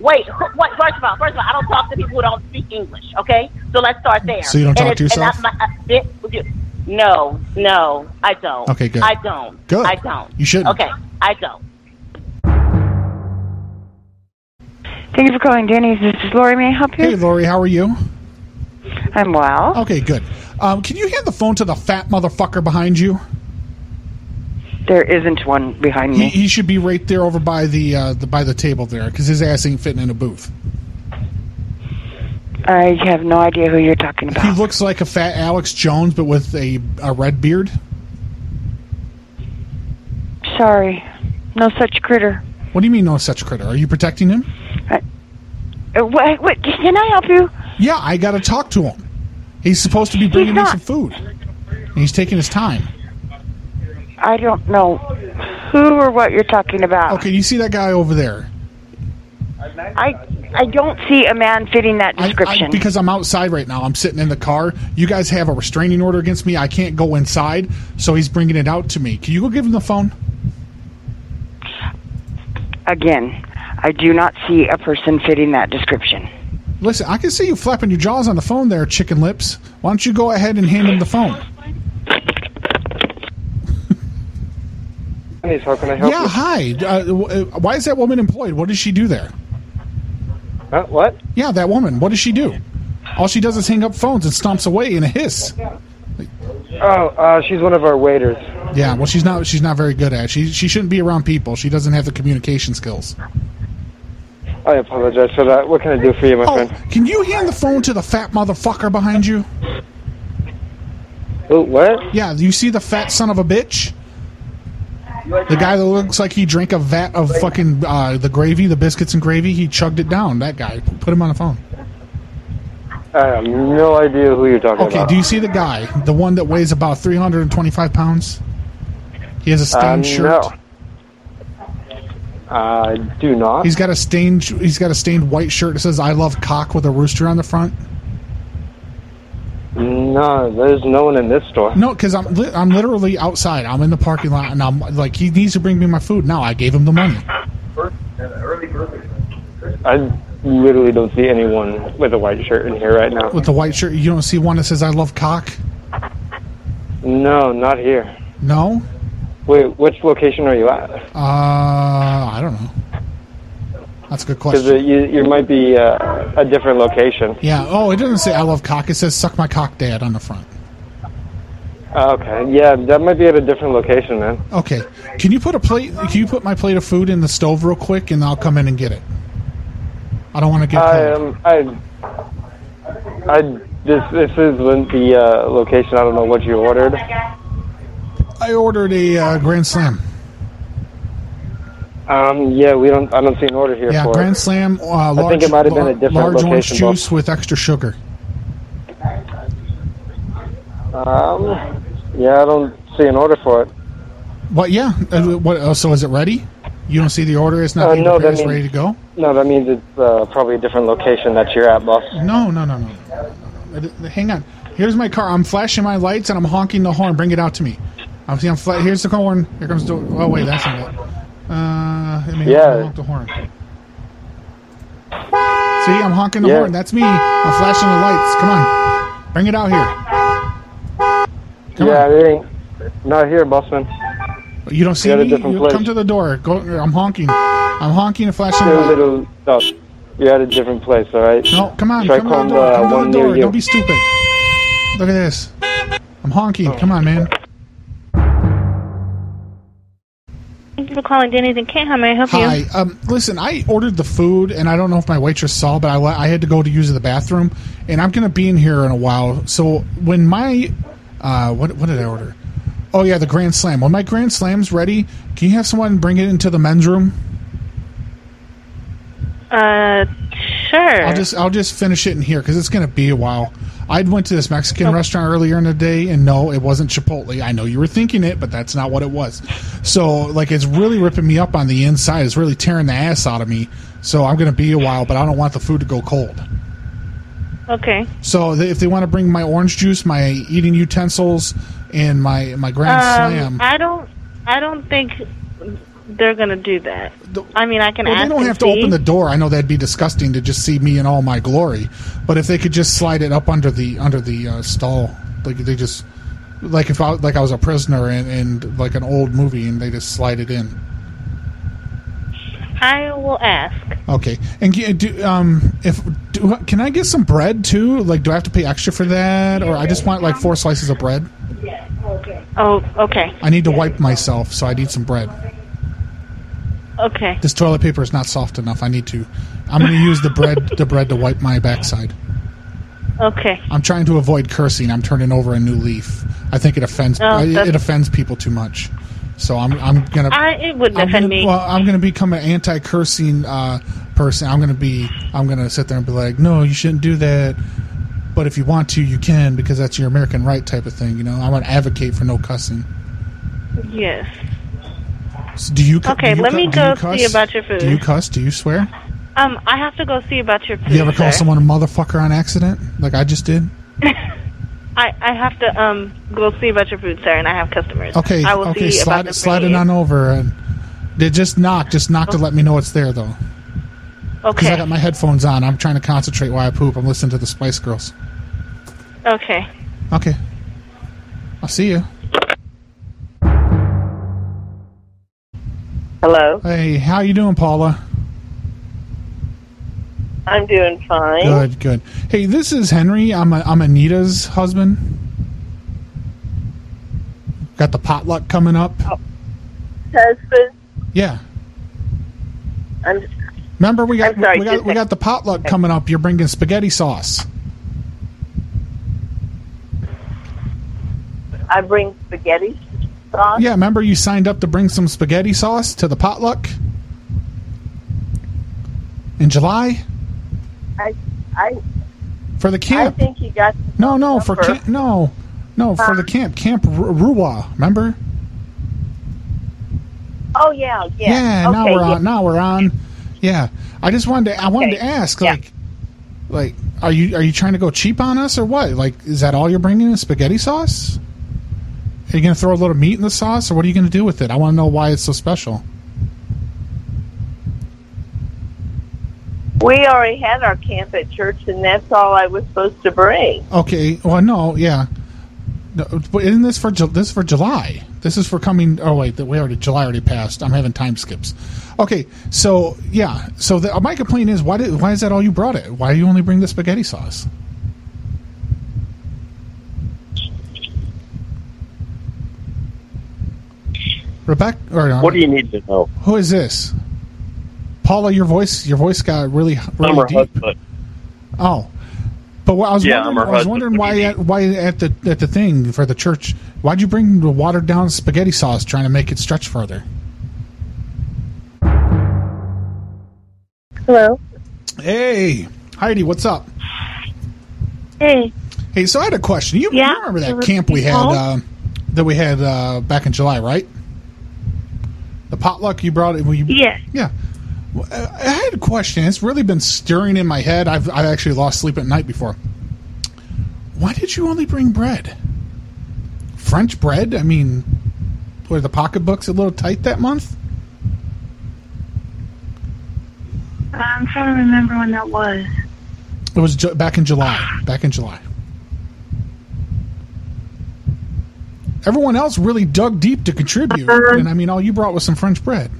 Speaker 18: Wait, who, wait, first of all, first of all, I don't talk to people who don't speak English, okay? So let's start there.
Speaker 8: So you don't
Speaker 18: And
Speaker 8: talk to
Speaker 18: it's- and
Speaker 8: yourself?
Speaker 18: I'm not- I- uh, it- no, no, I don't.
Speaker 8: Okay, good.
Speaker 18: I don't.
Speaker 8: Good.
Speaker 18: I don't.
Speaker 8: You shouldn't.
Speaker 18: Okay, I don't.
Speaker 19: Thank you for calling Denny's. This is Lori. May I help you?
Speaker 8: Hey, Lori, how are you?
Speaker 19: I'm well.
Speaker 8: Okay, good. Um, can you hand the phone to the fat motherfucker behind you?
Speaker 20: There isn't one behind
Speaker 19: Mm-hmm.
Speaker 8: He,
Speaker 20: me.
Speaker 8: he should be right there over by the, uh, the by the table there because his ass ain't fitting in a booth.
Speaker 20: I have no idea who you're talking about.
Speaker 8: He looks like a fat Alex Jones, but with a, a red beard.
Speaker 19: Sorry. No such critter.
Speaker 8: What do you mean, no such critter? Are you protecting him?
Speaker 19: Uh, wait, wait, can I help you?
Speaker 8: Yeah, I got to talk to him. He's supposed to be bringing me
Speaker 19: not-
Speaker 8: some food, and he's taking his time.
Speaker 19: I don't know who or what you're talking about.
Speaker 8: Okay, you see that guy over there?
Speaker 19: I I don't see a man fitting that description.
Speaker 8: Because I'm outside right now. I'm sitting in the car. You guys have a restraining order against me. I can't go inside, so he's bringing it out to me. Can you go give him the phone?
Speaker 20: Again, I do not see a person fitting that description.
Speaker 8: Listen, I can see you flapping your jaws on the phone there, chicken lips. Why don't you go ahead and hand him the phone?
Speaker 6: How can I help
Speaker 8: Yeah,
Speaker 6: you?
Speaker 8: hi. Uh, w- uh, why is that woman employed? What does she do there?
Speaker 6: Huh, Uh, what?
Speaker 8: Yeah, that woman. What does she do? All she does is hang up phones and stomps away in a hiss.
Speaker 6: Oh, uh, she's one of our waiters.
Speaker 8: Yeah, well, she's not. She's not very good at. It. She she shouldn't be around people. She doesn't have the communication skills.
Speaker 6: I apologize for that. What can I do for you, my
Speaker 8: Oh,
Speaker 6: friend?
Speaker 8: can you hand the phone to the fat motherfucker behind you?
Speaker 6: Oh, what?
Speaker 8: Yeah, you see the fat son of a bitch? The guy that looks like he drank a vat of fucking uh, the gravy, the biscuits and gravy. He chugged it down. That guy. Put him on the phone.
Speaker 6: I have no idea who you're talking
Speaker 8: Okay.
Speaker 6: about.
Speaker 8: Do you see the guy? The one that weighs about three hundred and twenty-five pounds. He has a
Speaker 6: Uh,
Speaker 8: stained shirt.
Speaker 6: No. Uh, I do not.
Speaker 8: He's got a stained. He's got a stained white shirt that says "I love cock" with a rooster on the front.
Speaker 6: No, there's no one in this store.
Speaker 8: No, because I'm li- I'm literally outside. I'm in the parking lot, and I'm like, he needs to bring me my food now. I gave him the money.
Speaker 6: I literally don't see anyone with a white shirt in here right now.
Speaker 8: With the white shirt, you don't see one that says "I love cock."
Speaker 6: No, not here.
Speaker 8: No,
Speaker 6: Wait, which location are you at?
Speaker 8: uh, I don't know. That's a good
Speaker 6: Because
Speaker 8: question.
Speaker 6: you, you might be uh, a different location.
Speaker 8: Yeah. Oh, it doesn't say "I love cock." It says "Suck my cock, dad" on the front.
Speaker 21: Ah,
Speaker 6: Okay, yeah, that might be at a different location then.
Speaker 8: Okay. Can you put a plate? Can you put my plate of food in the stove real quick, and I'll come in and get it. I don't want to get.
Speaker 6: I
Speaker 8: cold.
Speaker 6: um, I, I this this isn't the uh, location. I don't know what you ordered.
Speaker 8: I ordered a uh, Grand Slam.
Speaker 21: Um, yeah, we don't. I don't see an order here
Speaker 8: Yeah,
Speaker 21: for
Speaker 8: Grand
Speaker 21: it.
Speaker 8: Slam. Uh,
Speaker 21: I
Speaker 8: large,
Speaker 21: think it might have been a different
Speaker 8: large orange
Speaker 21: location,
Speaker 8: juice with extra sugar.
Speaker 21: Um, yeah, I don't see an order for it.
Speaker 8: What? Yeah. Uh, what? Uh, so is it ready? You don't see the order? It's not
Speaker 21: Uh,
Speaker 8: being
Speaker 21: no,
Speaker 8: prepared,
Speaker 21: that
Speaker 8: It's
Speaker 21: means-
Speaker 8: ready to go.
Speaker 21: No, that means it's uh, probably a different location that you're at, boss.
Speaker 8: No, no, no, no. Uh, th- Hang on. Here's my car. I'm flashing my lights and I'm honking the horn. Bring it out to me. I'm seeing. I'm fla- Here's the horn. Here comes the. Oh wait, that's not it. Uh, I mean,
Speaker 21: Yeah.
Speaker 8: honk the horn. See, I'm honking the
Speaker 21: Yeah.
Speaker 8: horn. That's me. I'm flashing the lights. Come on, bring it out here.
Speaker 21: yeah, it ain't. Not here, bossman.
Speaker 8: You don't see
Speaker 21: You're at a
Speaker 8: me.
Speaker 21: different
Speaker 8: You
Speaker 21: place.
Speaker 8: come to the door. Go. I'm honking. I'm honking and flashing the
Speaker 21: You're, a
Speaker 8: lights.
Speaker 21: little, no, you're at a different place, all right?
Speaker 8: No, come on,
Speaker 21: Try
Speaker 8: come
Speaker 21: calling
Speaker 8: on, door,
Speaker 21: the uh,
Speaker 8: come
Speaker 21: one
Speaker 8: to the door.
Speaker 21: near you.
Speaker 8: Don't be stupid. Look at this. I'm honking. Come on, man.
Speaker 12: Thank you for calling Denny's and Kent. How may I help you?
Speaker 8: Hi. Um, listen, I ordered the food, and I don't know if my waitress saw, but I, le- I had to go to use the bathroom, and I'm going to be in here in a while. So when my uh, what what did I order? Oh yeah, the Grand Slam. When my Grand Slam's ready, can you have someone bring it into the men's room?
Speaker 12: Uh, sure.
Speaker 8: I'll just I'll just finish it in here because it's gonna be a while. I went to this
Speaker 12: Oh.
Speaker 8: Mexican restaurant earlier in the day, and no, it wasn't Chipotle. I know you were thinking it, but that's not what it was. So like, it's really ripping me up on the inside. It's really tearing the ass out of me. So I'm gonna be a while, but I don't want the food to go cold.
Speaker 12: okay.
Speaker 8: So th- if they want to bring my orange juice, my eating utensils, and my my grand
Speaker 12: um,
Speaker 8: slam.
Speaker 12: I don't. I don't think they're gonna do that. I mean, I can
Speaker 8: Well,
Speaker 12: ask.
Speaker 8: they don't
Speaker 12: and
Speaker 8: have to
Speaker 12: see.
Speaker 8: open the door. I know that'd be disgusting to just see me in all my glory. But if they could just slide it up under the under the uh, stall, like they just like if I like I was a prisoner in, in like an old movie, and they just slide it in.
Speaker 12: I will ask.
Speaker 8: Okay, and ca- do um if do, can I get some bread too? Like, do I have to pay extra for that, or I just want like four slices of bread?
Speaker 12: Oh, okay,
Speaker 8: I need to wipe myself, so I need some bread.
Speaker 12: okay.
Speaker 8: This toilet paper is not soft enough. I need to. I'm going to use the bread the bread to wipe my backside.
Speaker 12: Okay.
Speaker 8: I'm trying to avoid cursing. I'm turning over a new leaf. I think it offends
Speaker 12: Oh,
Speaker 8: I-
Speaker 12: that's-
Speaker 8: it offends people too much. So I'm I'm gonna.
Speaker 12: I, it wouldn't
Speaker 8: I'm
Speaker 12: offend
Speaker 8: gonna,
Speaker 12: me.
Speaker 8: Well, I'm gonna become an anti-cursing uh, person. I'm gonna be. I'm gonna sit there and be like, no, you shouldn't do that. But if you want to, you can because that's your American right type of thing. You know, I'm gonna advocate for no cussing.
Speaker 12: yes.
Speaker 8: So do you? cu-
Speaker 12: Okay,
Speaker 8: do you
Speaker 12: let
Speaker 8: cu-
Speaker 12: me
Speaker 8: do
Speaker 12: go
Speaker 8: you cuss?
Speaker 12: see about your food.
Speaker 8: Do you cuss? Do you swear?
Speaker 12: Um, I have to go see about your food.
Speaker 8: You ever call
Speaker 12: sir.
Speaker 8: someone a motherfucker on accident, like I just did?
Speaker 12: I, I have to um go see about your food, sir, and I have customers.
Speaker 8: Okay,
Speaker 12: I will
Speaker 8: okay,
Speaker 12: see about
Speaker 8: slide,
Speaker 12: the
Speaker 8: slide
Speaker 12: food.
Speaker 8: it on over, and they just knock, just knock to let me know it's there though. Because I
Speaker 12: Okay,
Speaker 8: got my headphones on, I'm trying to concentrate while I poop. I'm listening to the Spice Girls.
Speaker 12: okay.
Speaker 8: Okay, I'll see you.
Speaker 22: Hello.
Speaker 8: Hey, how you doing, Paula?
Speaker 22: I'm doing fine.
Speaker 8: Good, good. Hey, this is Henry. I'm a, I'm Anita's husband. Got the potluck coming up.
Speaker 12: Oh.
Speaker 22: Husband,
Speaker 8: Yeah,
Speaker 22: I'm
Speaker 8: remember we got
Speaker 22: I'm sorry,
Speaker 8: we
Speaker 22: just
Speaker 8: got
Speaker 22: a
Speaker 8: we
Speaker 22: sec.
Speaker 8: got the potluck coming up. You're bringing spaghetti sauce.
Speaker 22: I bring spaghetti sauce.
Speaker 8: Yeah, remember you signed up to bring some spaghetti sauce to the potluck in July
Speaker 22: I I
Speaker 8: for the
Speaker 22: I
Speaker 8: camp.
Speaker 22: think Um, you got
Speaker 8: No, no, for
Speaker 22: Number.
Speaker 8: camp. No, no, for the camp. Camp R- Ruwa. Remember?
Speaker 22: Oh yeah, yeah.
Speaker 8: now
Speaker 22: okay,
Speaker 8: we're
Speaker 22: yeah.
Speaker 8: on. Now we're on. Yeah, I just wanted to. I wanted to ask, like, like, are you are you trying to go cheap on us or what? Like, is that all you're bringing? Is spaghetti sauce? Are you gonna throw a little meat in the sauce, or what are you gonna do with it? I want to know why it's so special.
Speaker 22: We already had our camp at church and that's all I was supposed to bring.
Speaker 8: Okay. Well, no. Yeah. No, but isn't this for Ju- this is for July? This is for coming. Oh wait, we already July already passed. I'm having time skips. Okay. So yeah. So the, my complaint is why did why is that all you brought it? Why do you only bring the spaghetti sauce? Rebecca, or, uh,
Speaker 23: What do you need to know?
Speaker 8: who is this? Paula, your voice your voice got really
Speaker 23: I'm
Speaker 8: really
Speaker 23: her
Speaker 8: deep.
Speaker 23: husband.
Speaker 8: Oh, but what, I was
Speaker 23: Yeah, I'm
Speaker 8: wondering,
Speaker 23: her
Speaker 8: I was
Speaker 23: husband.
Speaker 8: wondering why at, why at the at the thing for the church, why'd you bring the watered down spaghetti sauce, trying to make it stretch further? Hello. Hey, Heidi, what's up?
Speaker 1: Hey.
Speaker 8: Hey, so I had a question. You, you
Speaker 1: Yeah,
Speaker 8: remember
Speaker 1: sure.
Speaker 8: that camp we had
Speaker 1: Oh.
Speaker 8: uh, that we had uh, back in July, right? The potluck you brought. Well, you,
Speaker 1: yeah.
Speaker 8: Yeah. Well, I I had a question. It's really been stirring in my head. I've I've actually lost sleep at night before. Why did you only bring bread? French bread? I mean, were the pocketbooks a little tight that month?
Speaker 1: I'm trying to remember when that was.
Speaker 8: It was ju- back in July. Back in July. Everyone else really dug deep to contribute, and I mean, all you brought was some French bread.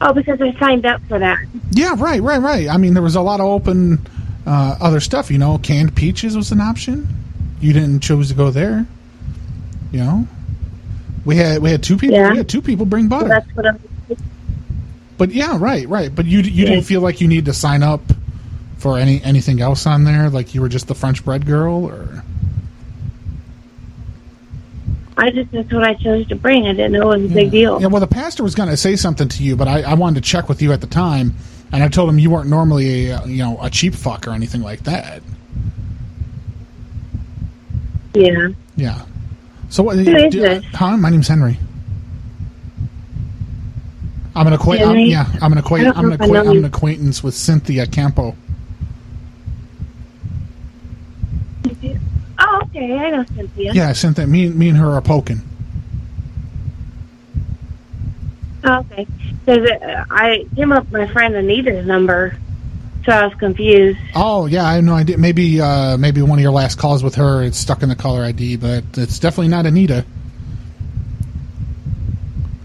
Speaker 1: Oh, because I signed up for that.
Speaker 8: Yeah, right, right, right. I mean, there was a lot of open uh, other stuff. You know, canned peaches was an option. You didn't choose to go there. You know, we had we had two people.
Speaker 1: Yeah.
Speaker 8: We had two people bring butter.
Speaker 1: That's what I'm.
Speaker 8: But yeah, right, right. But you you didn't feel like you need to sign up for any anything else on there. Like you were just the French bread girl, or
Speaker 1: I just that's what I chose to bring. I didn't know it was a big deal.
Speaker 8: yeah. Well, the pastor was going to say something to you, but I, I wanted to check with you at the time, and I told him you weren't normally a uh, you know a cheap fuck or anything like that.
Speaker 1: Yeah.
Speaker 8: Yeah. So what?
Speaker 1: Who
Speaker 8: do-
Speaker 1: is this?
Speaker 8: Huh? My name's Henry. I'm an acquaint. I'm,
Speaker 1: Henry?
Speaker 8: yeah, I'm an
Speaker 1: I
Speaker 8: acquaint.
Speaker 1: don't
Speaker 8: I'm an
Speaker 1: know if I know
Speaker 8: acquaint. I'm
Speaker 1: you.
Speaker 8: an acquaintance with Cynthia Campo.
Speaker 1: Oh, okay. I know Cynthia.
Speaker 8: Yeah, Cynthia. Me, and- me and her are poking.
Speaker 1: Oh, okay. Because I came up with my friend Anita's number, so I was confused.
Speaker 8: Oh yeah, I have no idea. Maybe uh, maybe one of your last calls with her it's stuck in the caller ID, but it's definitely not Anita.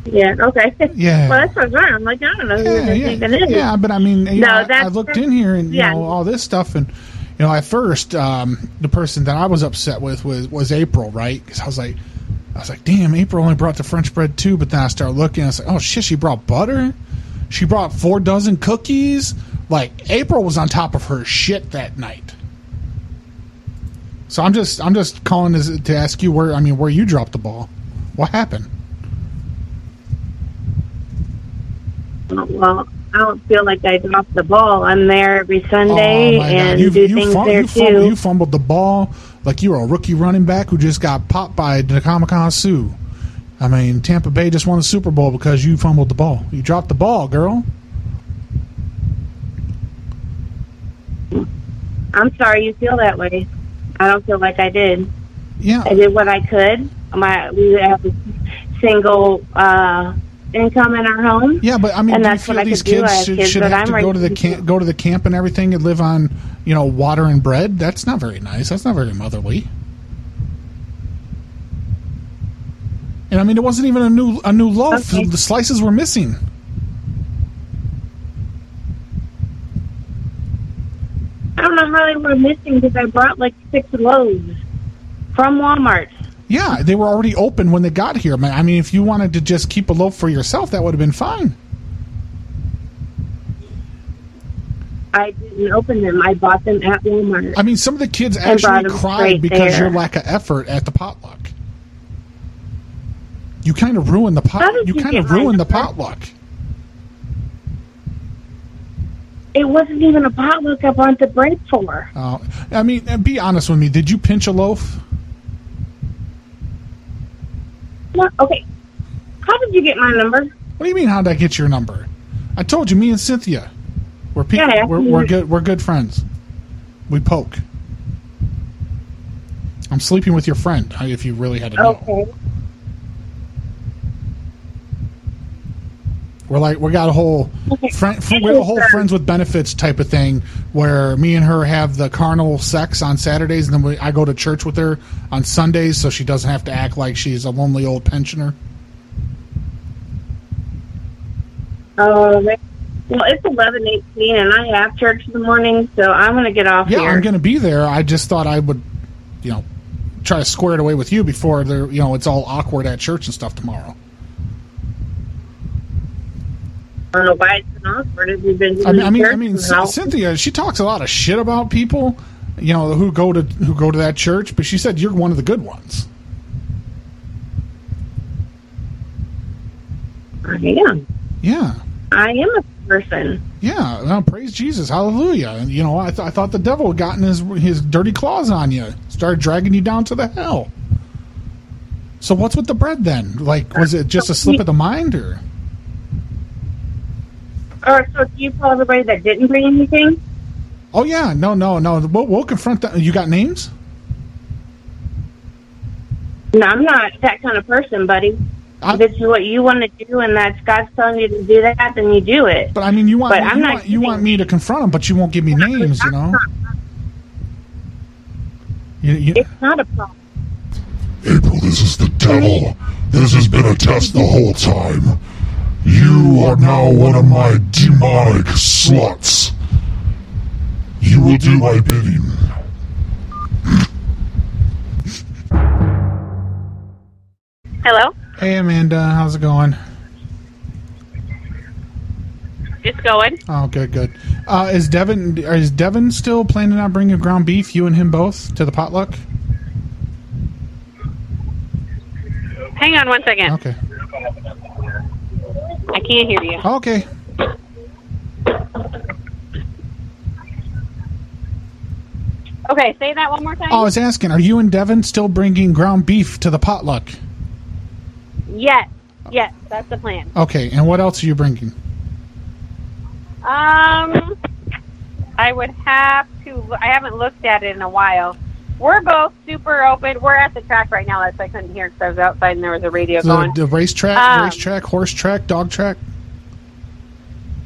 Speaker 1: Yeah. Okay.
Speaker 8: Yeah.
Speaker 1: well, that's what's wrong. I'm like, I don't know who
Speaker 8: Yeah,
Speaker 1: this
Speaker 8: yeah.
Speaker 1: even is.
Speaker 8: Yeah, but I mean, you
Speaker 1: No,
Speaker 8: know, I- I,
Speaker 1: that's-
Speaker 8: looked in here and you
Speaker 1: yeah.
Speaker 8: know all this stuff, and you know, at first, um, the person that I was upset with was was April, right? Because I was like, I was like, damn, April only brought the French bread too, but then I started looking, I was like, oh shit, she brought butter, she brought four dozen cookies. Like April was on top of her shit that night. So I'm just I'm just calling to, to ask you where I mean where you dropped the ball. What happened?
Speaker 1: Well, I don't feel like I dropped the ball. I'm there every Sunday
Speaker 8: Oh, my God.
Speaker 1: and
Speaker 8: You-
Speaker 1: do
Speaker 8: you
Speaker 1: things
Speaker 8: fum-
Speaker 1: there
Speaker 8: you fum-
Speaker 1: too.
Speaker 8: you fumbled the ball like you were a rookie running back who just got popped by Nakamikan Sue. I mean, Tampa Bay just won the Super Bowl because you fumbled the ball. You dropped the ball, girl.
Speaker 1: I'm sorry you feel that way. I don't feel like I did.
Speaker 8: Yeah.
Speaker 1: I did what I could. My we have a single uh, income in our home.
Speaker 8: Yeah, but I mean,
Speaker 1: and
Speaker 8: do you
Speaker 1: that's
Speaker 8: feel
Speaker 1: what I
Speaker 8: these
Speaker 1: could do. I
Speaker 8: kids
Speaker 1: have
Speaker 8: should,
Speaker 1: kids,
Speaker 8: should
Speaker 1: but
Speaker 8: have
Speaker 1: I'm
Speaker 8: to go to the camp, go to the camp and everything, and live on you know water and bread? That's not very nice. That's not very motherly. And I mean, it wasn't even a new a new loaf. The slices were missing.
Speaker 1: I don't know how they were missing because I brought like six loaves from Walmart.
Speaker 8: Yeah, they were already open when they got here. Man, I mean, if you wanted to just keep a loaf for yourself, that would have been fine.
Speaker 1: I didn't open them. I bought them at Walmart.
Speaker 8: I mean, some of the kids
Speaker 1: And brought
Speaker 8: actually
Speaker 1: them
Speaker 8: cried
Speaker 1: straight
Speaker 8: because
Speaker 1: there.
Speaker 8: your lack of effort at the potluck. You kind of ruined the pot. You kind of ruined the potluck.
Speaker 1: It wasn't even a potluck I bought the bread for.
Speaker 8: Uh, I mean, uh, be honest with me. Did you pinch a loaf?
Speaker 1: What? Okay. How did you get my number?
Speaker 8: What do you mean? How did I get your number? I told you, me and Cynthia, we're people.
Speaker 1: Yeah, I
Speaker 8: we're,
Speaker 1: see
Speaker 8: we're
Speaker 1: you.
Speaker 8: good. We're good friends. We poke. I'm sleeping with your friend. I- If you really had to know.
Speaker 1: Okay.
Speaker 8: We're like we got a whole friend, we have a whole friends with benefits type of thing where me and her have the carnal sex on Saturdays, and then we, I go to church with her on Sundays, so she doesn't have to act like she's a lonely old pensioner.
Speaker 1: Oh, okay. well, it's eleven eighteen, and I have church in the morning, so I'm gonna get off
Speaker 8: Yeah,
Speaker 1: here.
Speaker 8: I'm gonna be there. I just thought I would, you know, try to square it away with you before there, you know, it's all awkward at church and stuff tomorrow.
Speaker 1: I don't know why it's been awkward. Have you been to
Speaker 8: I mean, I mean,
Speaker 1: church
Speaker 8: I mean,
Speaker 1: somehow?
Speaker 8: Cy- Cynthia, she talks a lot of shit about people, you know, who go to who go to that church, but she said you're one of the good ones.
Speaker 1: I am.
Speaker 8: Yeah.
Speaker 1: I am a person.
Speaker 8: Yeah, well, praise Jesus, hallelujah. And, You know, I, th- I thought the devil had gotten his his dirty claws on you, started dragging you down to the hell. So what's with the bread then? Like, was it just a slip of the mind, or
Speaker 1: Or so do you tell everybody that didn't bring anything?
Speaker 8: oh yeah, no, no, no, we'll, we'll confront that. You got names?
Speaker 1: No, I'm not that kind of person, buddy. if it's what you want to do, and that's God's telling you to do that, then you do it.
Speaker 8: But I mean, you want
Speaker 1: But
Speaker 8: you,
Speaker 1: I'm not
Speaker 8: want, you want me to confront them, but you won't give me names, you know. You, you,
Speaker 1: It's not a problem.
Speaker 3: April, this is the devil. This has been a test the whole time. You are now one of my demonic sluts. You will do my bidding.
Speaker 7: Hello?
Speaker 8: hey Amanda, how's it going?
Speaker 7: Just going.
Speaker 8: Oh, good, good. Uh, is Devin is Devin still planning on bringing ground beef? You and him both to the potluck?
Speaker 7: Hang on one second.
Speaker 8: Okay.
Speaker 7: I can't hear you.
Speaker 8: Okay.
Speaker 7: Okay, say that one more time.
Speaker 8: Oh, I was asking, are you and Devin still bringing ground beef to the potluck?
Speaker 7: Yes. Yes, that's the plan.
Speaker 8: Okay, and what else are you bringing?
Speaker 7: Um, I would have to. I haven't looked at it in a while. We're both super open. We're at the track right now. That's why I couldn't hear because I was outside and there was a radio
Speaker 8: The,
Speaker 7: going.
Speaker 8: the racetrack,
Speaker 7: Um,
Speaker 1: Uh,
Speaker 8: racetrack, horse track, dog track.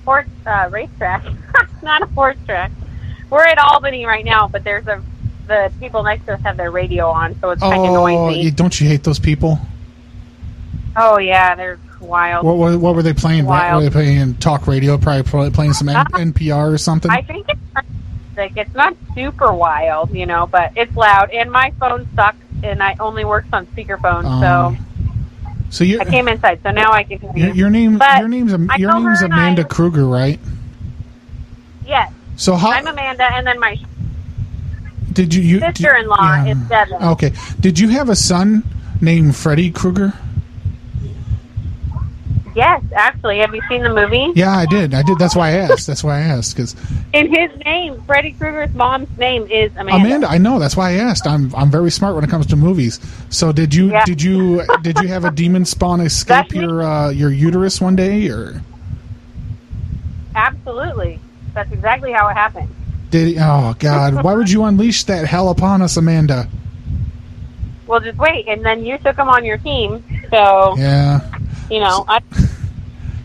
Speaker 7: Horse uh, racetrack, not a horse track. We're at Albany right now, but there's a the people next to us have their radio on, so it's kind of
Speaker 8: Oh,
Speaker 7: noisy.
Speaker 8: you, don't you hate those people?
Speaker 7: Oh yeah, they're wild.
Speaker 8: What, what, what were they playing? What were
Speaker 7: Wild. Uh-huh.
Speaker 8: they playing? Talk radio, probably pl- playing some N- NPR or something.
Speaker 7: I think it's like it's not super wild, you know, but it's loud. And my phone sucks, and I only works on speakerphone,
Speaker 8: Um, so
Speaker 7: so
Speaker 8: you,
Speaker 7: I came inside, so now I can hear
Speaker 8: your,
Speaker 7: you.
Speaker 8: your name,
Speaker 7: But
Speaker 8: your name's Am-
Speaker 7: I
Speaker 8: your
Speaker 7: know her
Speaker 8: name's
Speaker 7: and I-
Speaker 8: Amanda Kruger, right?
Speaker 7: Yes.
Speaker 8: So how-
Speaker 7: I'm Amanda, and then my
Speaker 8: Did you, you did-
Speaker 7: sister-in-law
Speaker 8: yeah.
Speaker 7: is Devin.
Speaker 8: Okay. Did you have a son named Freddy Krueger?
Speaker 7: Yes, actually, have you seen the movie?
Speaker 8: Yeah, I did. I did. That's why I asked. That's why I asked because
Speaker 7: In his name, Freddy Krueger's mom's name is Amanda.
Speaker 8: Amanda. I know. That's why I asked. I'm I'm very smart when it comes to movies. So did you
Speaker 7: Yeah.
Speaker 8: did you did you have a demon spawn escape your uh, your uterus one day or
Speaker 7: Absolutely, that's exactly how it happened.
Speaker 8: did oh god why would you unleash that hell upon us, Amanda?
Speaker 7: Well, just wait, and then you took him on your team, so
Speaker 8: Yeah,
Speaker 7: you know I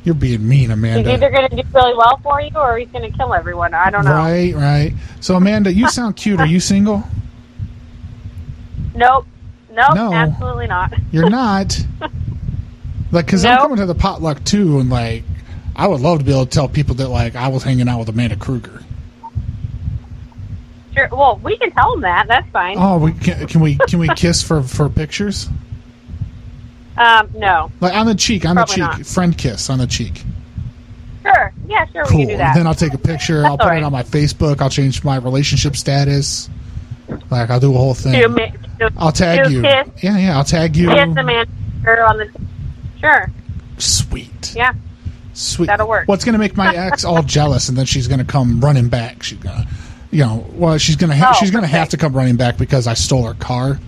Speaker 8: you're being mean, Amanda.
Speaker 7: He's either going to do really well for you or he's going to kill everyone. I don't know.
Speaker 8: Right, right. So Amanda, you sound cute. Are you single?
Speaker 7: Nope. Nope.
Speaker 8: No.
Speaker 7: Absolutely not.
Speaker 8: You're not. Like, because I'm coming to the potluck too, and like, I would love to be able to tell people that like I was hanging out with Amanda Kruger.
Speaker 7: Sure. Well, we can tell him that. That's fine.
Speaker 8: Oh, we can, can we can we kiss for for pictures?
Speaker 7: Um, no.
Speaker 8: Like on the cheek, on
Speaker 7: Probably
Speaker 8: the cheek,
Speaker 7: not.
Speaker 8: friend kiss on the cheek.
Speaker 7: Sure. Yeah, sure. We
Speaker 8: Cool.
Speaker 7: can do that.
Speaker 8: Then I'll take a picture. I'll put it on my Facebook. I'll change my relationship status. Like I'll do a whole
Speaker 7: Two
Speaker 8: thing.
Speaker 7: mi- two-
Speaker 8: I'll tag
Speaker 7: two
Speaker 8: you.
Speaker 7: Kiss,
Speaker 8: Yeah, yeah. I'll tag you.
Speaker 7: kiss the man sure, on the. Sure.
Speaker 8: Sweet.
Speaker 7: Yeah.
Speaker 8: Sweet.
Speaker 7: That'll work.
Speaker 8: What's going to make my ex all jealous, and then she's going to come running back. She's going to, you know, well, she's going to ha-
Speaker 7: Oh,
Speaker 8: she's going to have to come running back because I stole her car,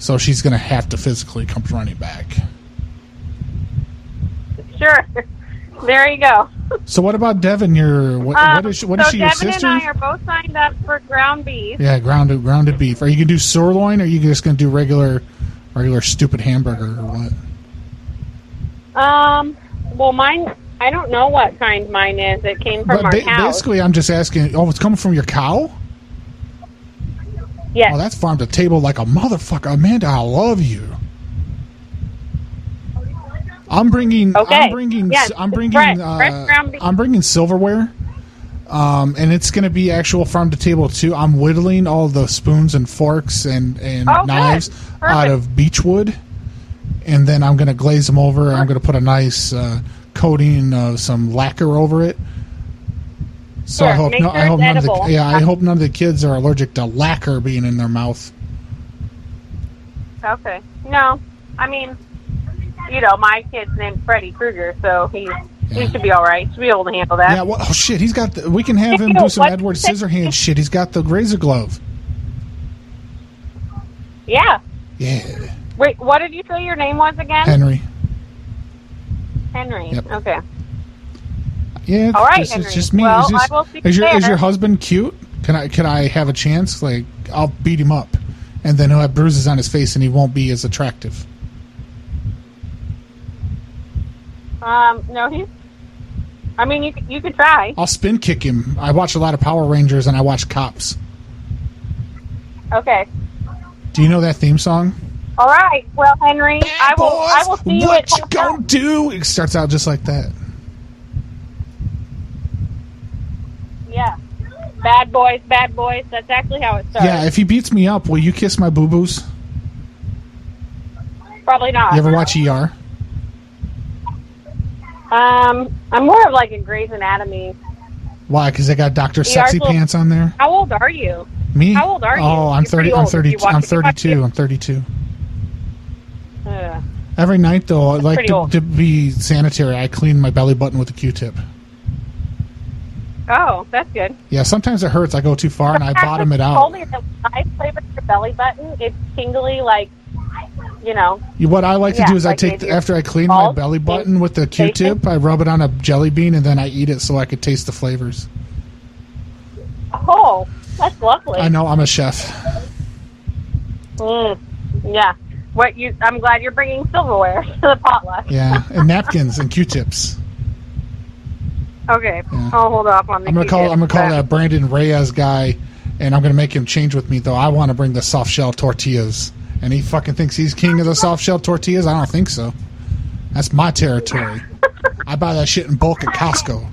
Speaker 8: so she's going to have to physically come running back.
Speaker 7: Sure. There you go.
Speaker 8: So what about Devin? Your what,
Speaker 7: Um,
Speaker 8: what is she, what
Speaker 7: so
Speaker 8: is she your
Speaker 7: Devin
Speaker 8: sister?
Speaker 7: and I are both signed up for ground beef.
Speaker 8: yeah, grounded grounded beef. Are you going to do sirloin, or are you just going to do regular, regular stupid hamburger, or what?
Speaker 7: Um. Well, mine. I don't know what kind mine is. It came from
Speaker 8: But
Speaker 7: our
Speaker 8: ba-
Speaker 7: house.
Speaker 8: basically, I'm just asking. Oh, it's coming from your cow.
Speaker 7: Yes.
Speaker 8: Oh, that's farm to table like a motherfucker, Amanda. I love you. I'm bringing.
Speaker 7: Okay.
Speaker 8: I'm bringing.
Speaker 7: Yes,
Speaker 8: I'm
Speaker 7: it's
Speaker 8: bringing.
Speaker 7: fresh-
Speaker 8: uh,
Speaker 7: fresh ground beef.
Speaker 8: I'm bringing silverware. Um, and it's going to be actual farm to table too. I'm whittling all the spoons and forks and and
Speaker 2: Oh, good.
Speaker 8: knives out of beech wood, and then I'm going to glaze them over. I'm going to put a nice uh, coating of some lacquer over it. So I
Speaker 2: Sure,
Speaker 8: hope
Speaker 2: make
Speaker 8: no,
Speaker 2: sure
Speaker 8: I hope
Speaker 2: it's
Speaker 8: none of the,
Speaker 2: edible.
Speaker 8: yeah I hope none of the kids are allergic to lacquer being in their mouth.
Speaker 7: Okay. No, I mean, you know, my kid's named Freddy Krueger, so he's He should be all right. Should be able to handle that.
Speaker 8: Yeah, well, oh shit, he's got. The, we can have him do some Edward Scissorhands shit. He's got the razor glove.
Speaker 7: Yeah.
Speaker 8: Yeah,
Speaker 7: Wait, what did you say your name was again?
Speaker 8: Henry.
Speaker 7: Henry.
Speaker 8: Yep.
Speaker 7: Okay.
Speaker 8: Yeah, it's,
Speaker 7: All right,
Speaker 8: it's- it's
Speaker 7: Henry.
Speaker 8: just me.
Speaker 7: Well,
Speaker 8: Is this-
Speaker 7: I will see
Speaker 8: is
Speaker 7: you
Speaker 8: your is
Speaker 7: later.
Speaker 8: your husband cute? Can I can I have a chance? Like I'll beat him up, and then he'll have bruises on his face, and he won't be as attractive.
Speaker 7: Um, no, he's. I mean, you c- you could try.
Speaker 8: I'll spin kick him. I watch a lot of Power Rangers and I watch Cops.
Speaker 7: Okay.
Speaker 8: Do you know that theme song?
Speaker 7: All right. Well, Henry, I will. I will see you
Speaker 8: what
Speaker 7: at.
Speaker 8: you gonna do? It starts out just like that.
Speaker 7: Yeah. Bad boys, bad boys. That's actually how it starts.
Speaker 8: Yeah, if he beats me up, will you kiss my boo boos?
Speaker 7: Probably not.
Speaker 8: You ever watch ER?
Speaker 7: Um, I'm more of like a Grey's Anatomy.
Speaker 8: Why? Because they got Doctor
Speaker 7: ER 's
Speaker 8: Sexy
Speaker 7: little-
Speaker 8: Pants on there.
Speaker 7: How old are you?
Speaker 8: Me?
Speaker 7: How old are you?
Speaker 8: Oh, I'm
Speaker 7: You're pretty
Speaker 8: thirty. I'm
Speaker 7: old if
Speaker 8: thirty.
Speaker 7: you watch
Speaker 8: I'm
Speaker 7: it. You watch
Speaker 8: thirty-two. I'm thirty-two.
Speaker 7: it. Ugh.
Speaker 8: Every night, though, I like
Speaker 7: pretty
Speaker 8: to,
Speaker 7: old.
Speaker 8: to be sanitary. I clean my belly button with a Q-tip.
Speaker 7: Oh, that's good.
Speaker 8: Yeah, sometimes it hurts. I go too far and I bottom it
Speaker 7: You
Speaker 8: out.
Speaker 7: told me that I flavored your belly button. It's tingly, like you know.
Speaker 8: You- What I like to
Speaker 7: Yeah,
Speaker 8: do is I
Speaker 7: like
Speaker 8: take
Speaker 7: maybe
Speaker 8: the, after I clean my belly button with the Q-tip, I rub it on a jelly bean and then I eat it so I could taste the flavors.
Speaker 7: Oh, that's lovely.
Speaker 8: I know I'm a chef.
Speaker 7: Mm, yeah. What you? I'm glad you're bringing silverware to the potluck.
Speaker 8: Yeah, and napkins and Q-tips.
Speaker 7: Okay. Um,
Speaker 8: Yeah.
Speaker 7: I'll Oh, hold off on the.
Speaker 8: I'm gonna call.
Speaker 7: Q-tips,
Speaker 8: I'm gonna call
Speaker 7: but-
Speaker 8: that Brandon Reyes guy, and I'm gonna make him change with me. Though I want to bring the soft shell tortillas, and he fucking thinks he's king of the soft shell tortillas. I don't think so. That's my territory. I buy that shit in bulk at Costco.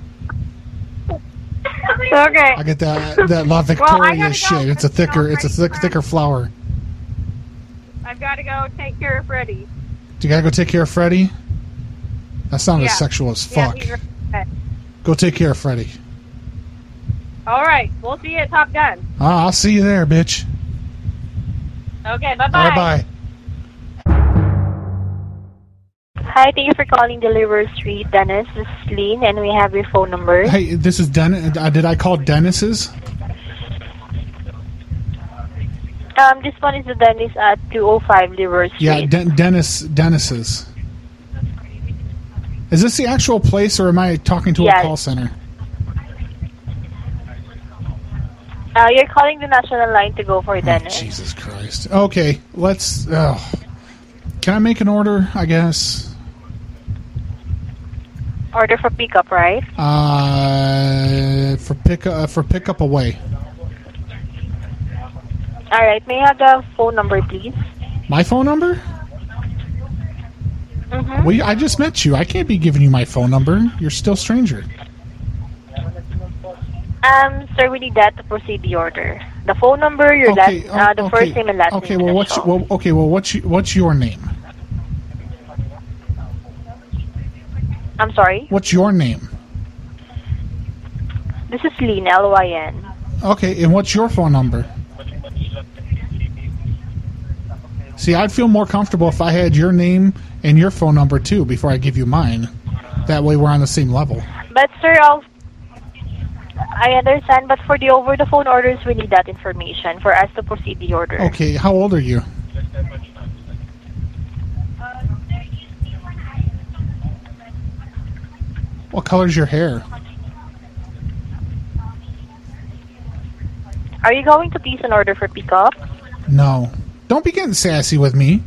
Speaker 7: Okay.
Speaker 8: I get that that La
Speaker 7: Well, I
Speaker 8: Victoria
Speaker 7: gotta
Speaker 8: shit. It's a thicker. It's a thick, thicker flour.
Speaker 7: I've got to go take care of Freddie.
Speaker 8: Do you gotta go take care of Freddy? That sounded
Speaker 7: Yeah.
Speaker 8: sexual as
Speaker 7: Yeah,
Speaker 8: fuck.
Speaker 7: he's right. Okay.
Speaker 8: go take care of Freddy.
Speaker 7: All right. We'll see you at Top Gun.
Speaker 8: Ah, I'll see you there, bitch.
Speaker 7: Okay. Bye
Speaker 8: Bye bye.
Speaker 4: Hi, thank you for calling Deliver Street, Dennis. This is Lean, and we have your phone number.
Speaker 8: Hey, this is Dennis. Uh, did I call Dennis's?
Speaker 4: Um, this one is the Dennis at 205 Liver Street.
Speaker 8: Yeah, Den- Dennis. Dennis's. Is this the actual place, or am I talking to
Speaker 4: Yes.
Speaker 8: a call center?
Speaker 4: Uh, you're calling the national line to go for Dennis.
Speaker 8: Oh, Jesus Christ. Okay, let's. Uh, can I make an order? I guess.
Speaker 4: Order for pickup, right?
Speaker 8: Uh, for pick uh, for pickup away.
Speaker 4: All right. May I have the phone number, please?
Speaker 8: My phone number?
Speaker 4: Mm-hmm.
Speaker 8: Well, I just met you. I can't be giving you my phone number. You're still stranger.
Speaker 4: Um, sir, we need that to proceed the order. The phone number, your
Speaker 8: Okay,
Speaker 4: last, uh, the
Speaker 8: oh, okay,
Speaker 4: first name and last
Speaker 8: Okay,
Speaker 4: name.
Speaker 8: well, what's well, okay, well, what's you, what's your name?
Speaker 4: I'm sorry.
Speaker 8: What's your name?
Speaker 4: This is Lean, L-Y-N.
Speaker 8: Okay, and what's your phone number? See, I'd feel more comfortable if I had your name and your phone number too before I give you mine. That way, we're on the same level.
Speaker 4: But sir, I'll, I understand. But for the over-the-phone orders, we need that information for us to proceed the order.
Speaker 8: Okay, how old are you? What color's your hair?
Speaker 4: Are you going to place an order for pickup?
Speaker 8: No. Don't be getting sassy with me.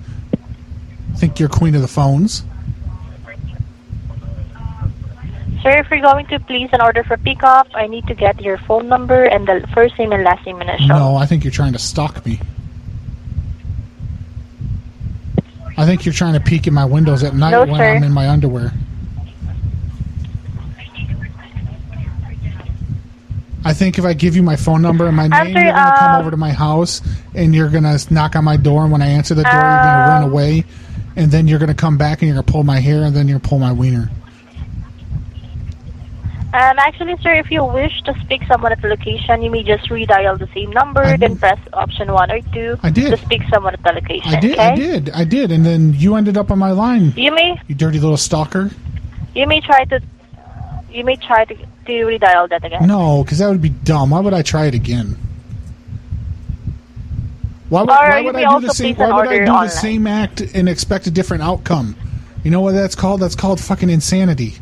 Speaker 8: Think you're queen of the phones.
Speaker 4: Sir, if you're going to place an order for pickup, I need to get your phone number and the first name and last name initial.
Speaker 8: No, I think you're trying to stalk me. I think you're trying to peek in my windows at night
Speaker 4: No,
Speaker 8: when
Speaker 4: sir.
Speaker 8: I'm in my underwear. I think if I give you my phone number and my name,
Speaker 4: I'm sorry,
Speaker 8: you're gonna
Speaker 4: uh,
Speaker 8: come over to my house and you're gonna knock on my door. And when I answer the door, you're
Speaker 4: Uh,
Speaker 8: gonna run away, and then you're gonna come back and you're gonna pull my hair and then you're gonna pull my wiener.
Speaker 4: Um, actually, sir, if you wish to speak someone at the location, you may just redial the same number, then press option one or two
Speaker 8: I did.
Speaker 4: to speak someone at the location.
Speaker 8: I did,
Speaker 4: okay?
Speaker 8: I did, I did, and then you ended up on my line.
Speaker 4: You may
Speaker 8: You dirty little stalker.
Speaker 4: you may try to You may try to, to redial that again.
Speaker 8: No, because that would be dumb. Why would I try it again? Why would,
Speaker 4: Or
Speaker 8: why
Speaker 4: you
Speaker 8: would
Speaker 4: may
Speaker 8: I do
Speaker 4: also
Speaker 8: the same?
Speaker 4: place an
Speaker 8: Why would I
Speaker 4: order
Speaker 8: do
Speaker 4: online.
Speaker 8: the same act and expect a different outcome? You know what that's called? That's called fucking insanity.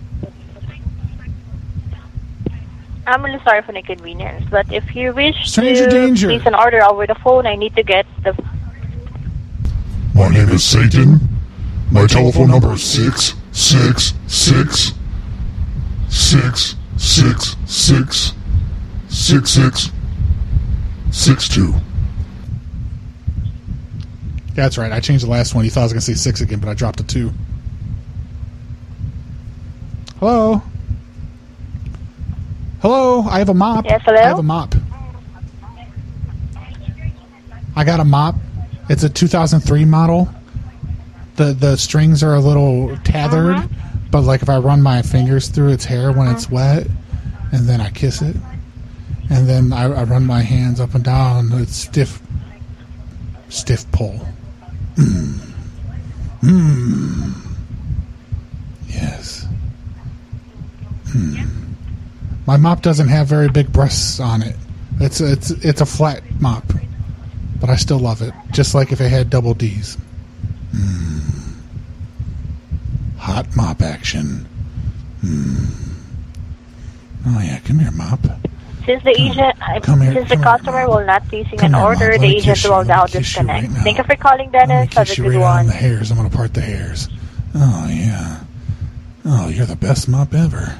Speaker 4: I'm really sorry for the inconvenience, but if you wish
Speaker 8: Stranger
Speaker 4: to
Speaker 8: danger.
Speaker 4: place an order over the phone, I need to get the
Speaker 3: My name is Satan. My telephone number is six six six six six six six six six two.
Speaker 8: That's right. I changed the last one. He thought I was going to say six again, but I dropped a two. Hello. Hello. I have a mop.
Speaker 4: Yes, hello?
Speaker 8: I have a mop. I got a mop. It's a 2003 model. The the strings are a little tethered, but like if I run my fingers through its hair when it's wet, and then I kiss it, and then I, I run my hands up and down, it's stiff, stiff pole. Mm. Mm. Yes. Mm. My mop doesn't have very big breasts on it. It's it's it's a flat mop, but I still love it. Just like if it had double D's. Mm. Hot mop action. Mm. Oh yeah, come here, mop.
Speaker 4: Since the agent, uh,
Speaker 8: Come here,
Speaker 4: since the customer will not placing
Speaker 8: Come
Speaker 4: an
Speaker 8: here,
Speaker 4: order,
Speaker 8: Mom.
Speaker 4: the
Speaker 8: Let me
Speaker 4: agent
Speaker 8: kiss you.
Speaker 4: will
Speaker 8: Let me
Speaker 4: now
Speaker 8: kiss you
Speaker 4: disconnect.
Speaker 8: right now.
Speaker 4: Thank you for calling, Dennis. Have a
Speaker 8: Kiss you
Speaker 4: good
Speaker 8: right on
Speaker 4: one.
Speaker 8: the hairs. I'm gonna part the hairs. Oh yeah. Oh, you're the best mop ever.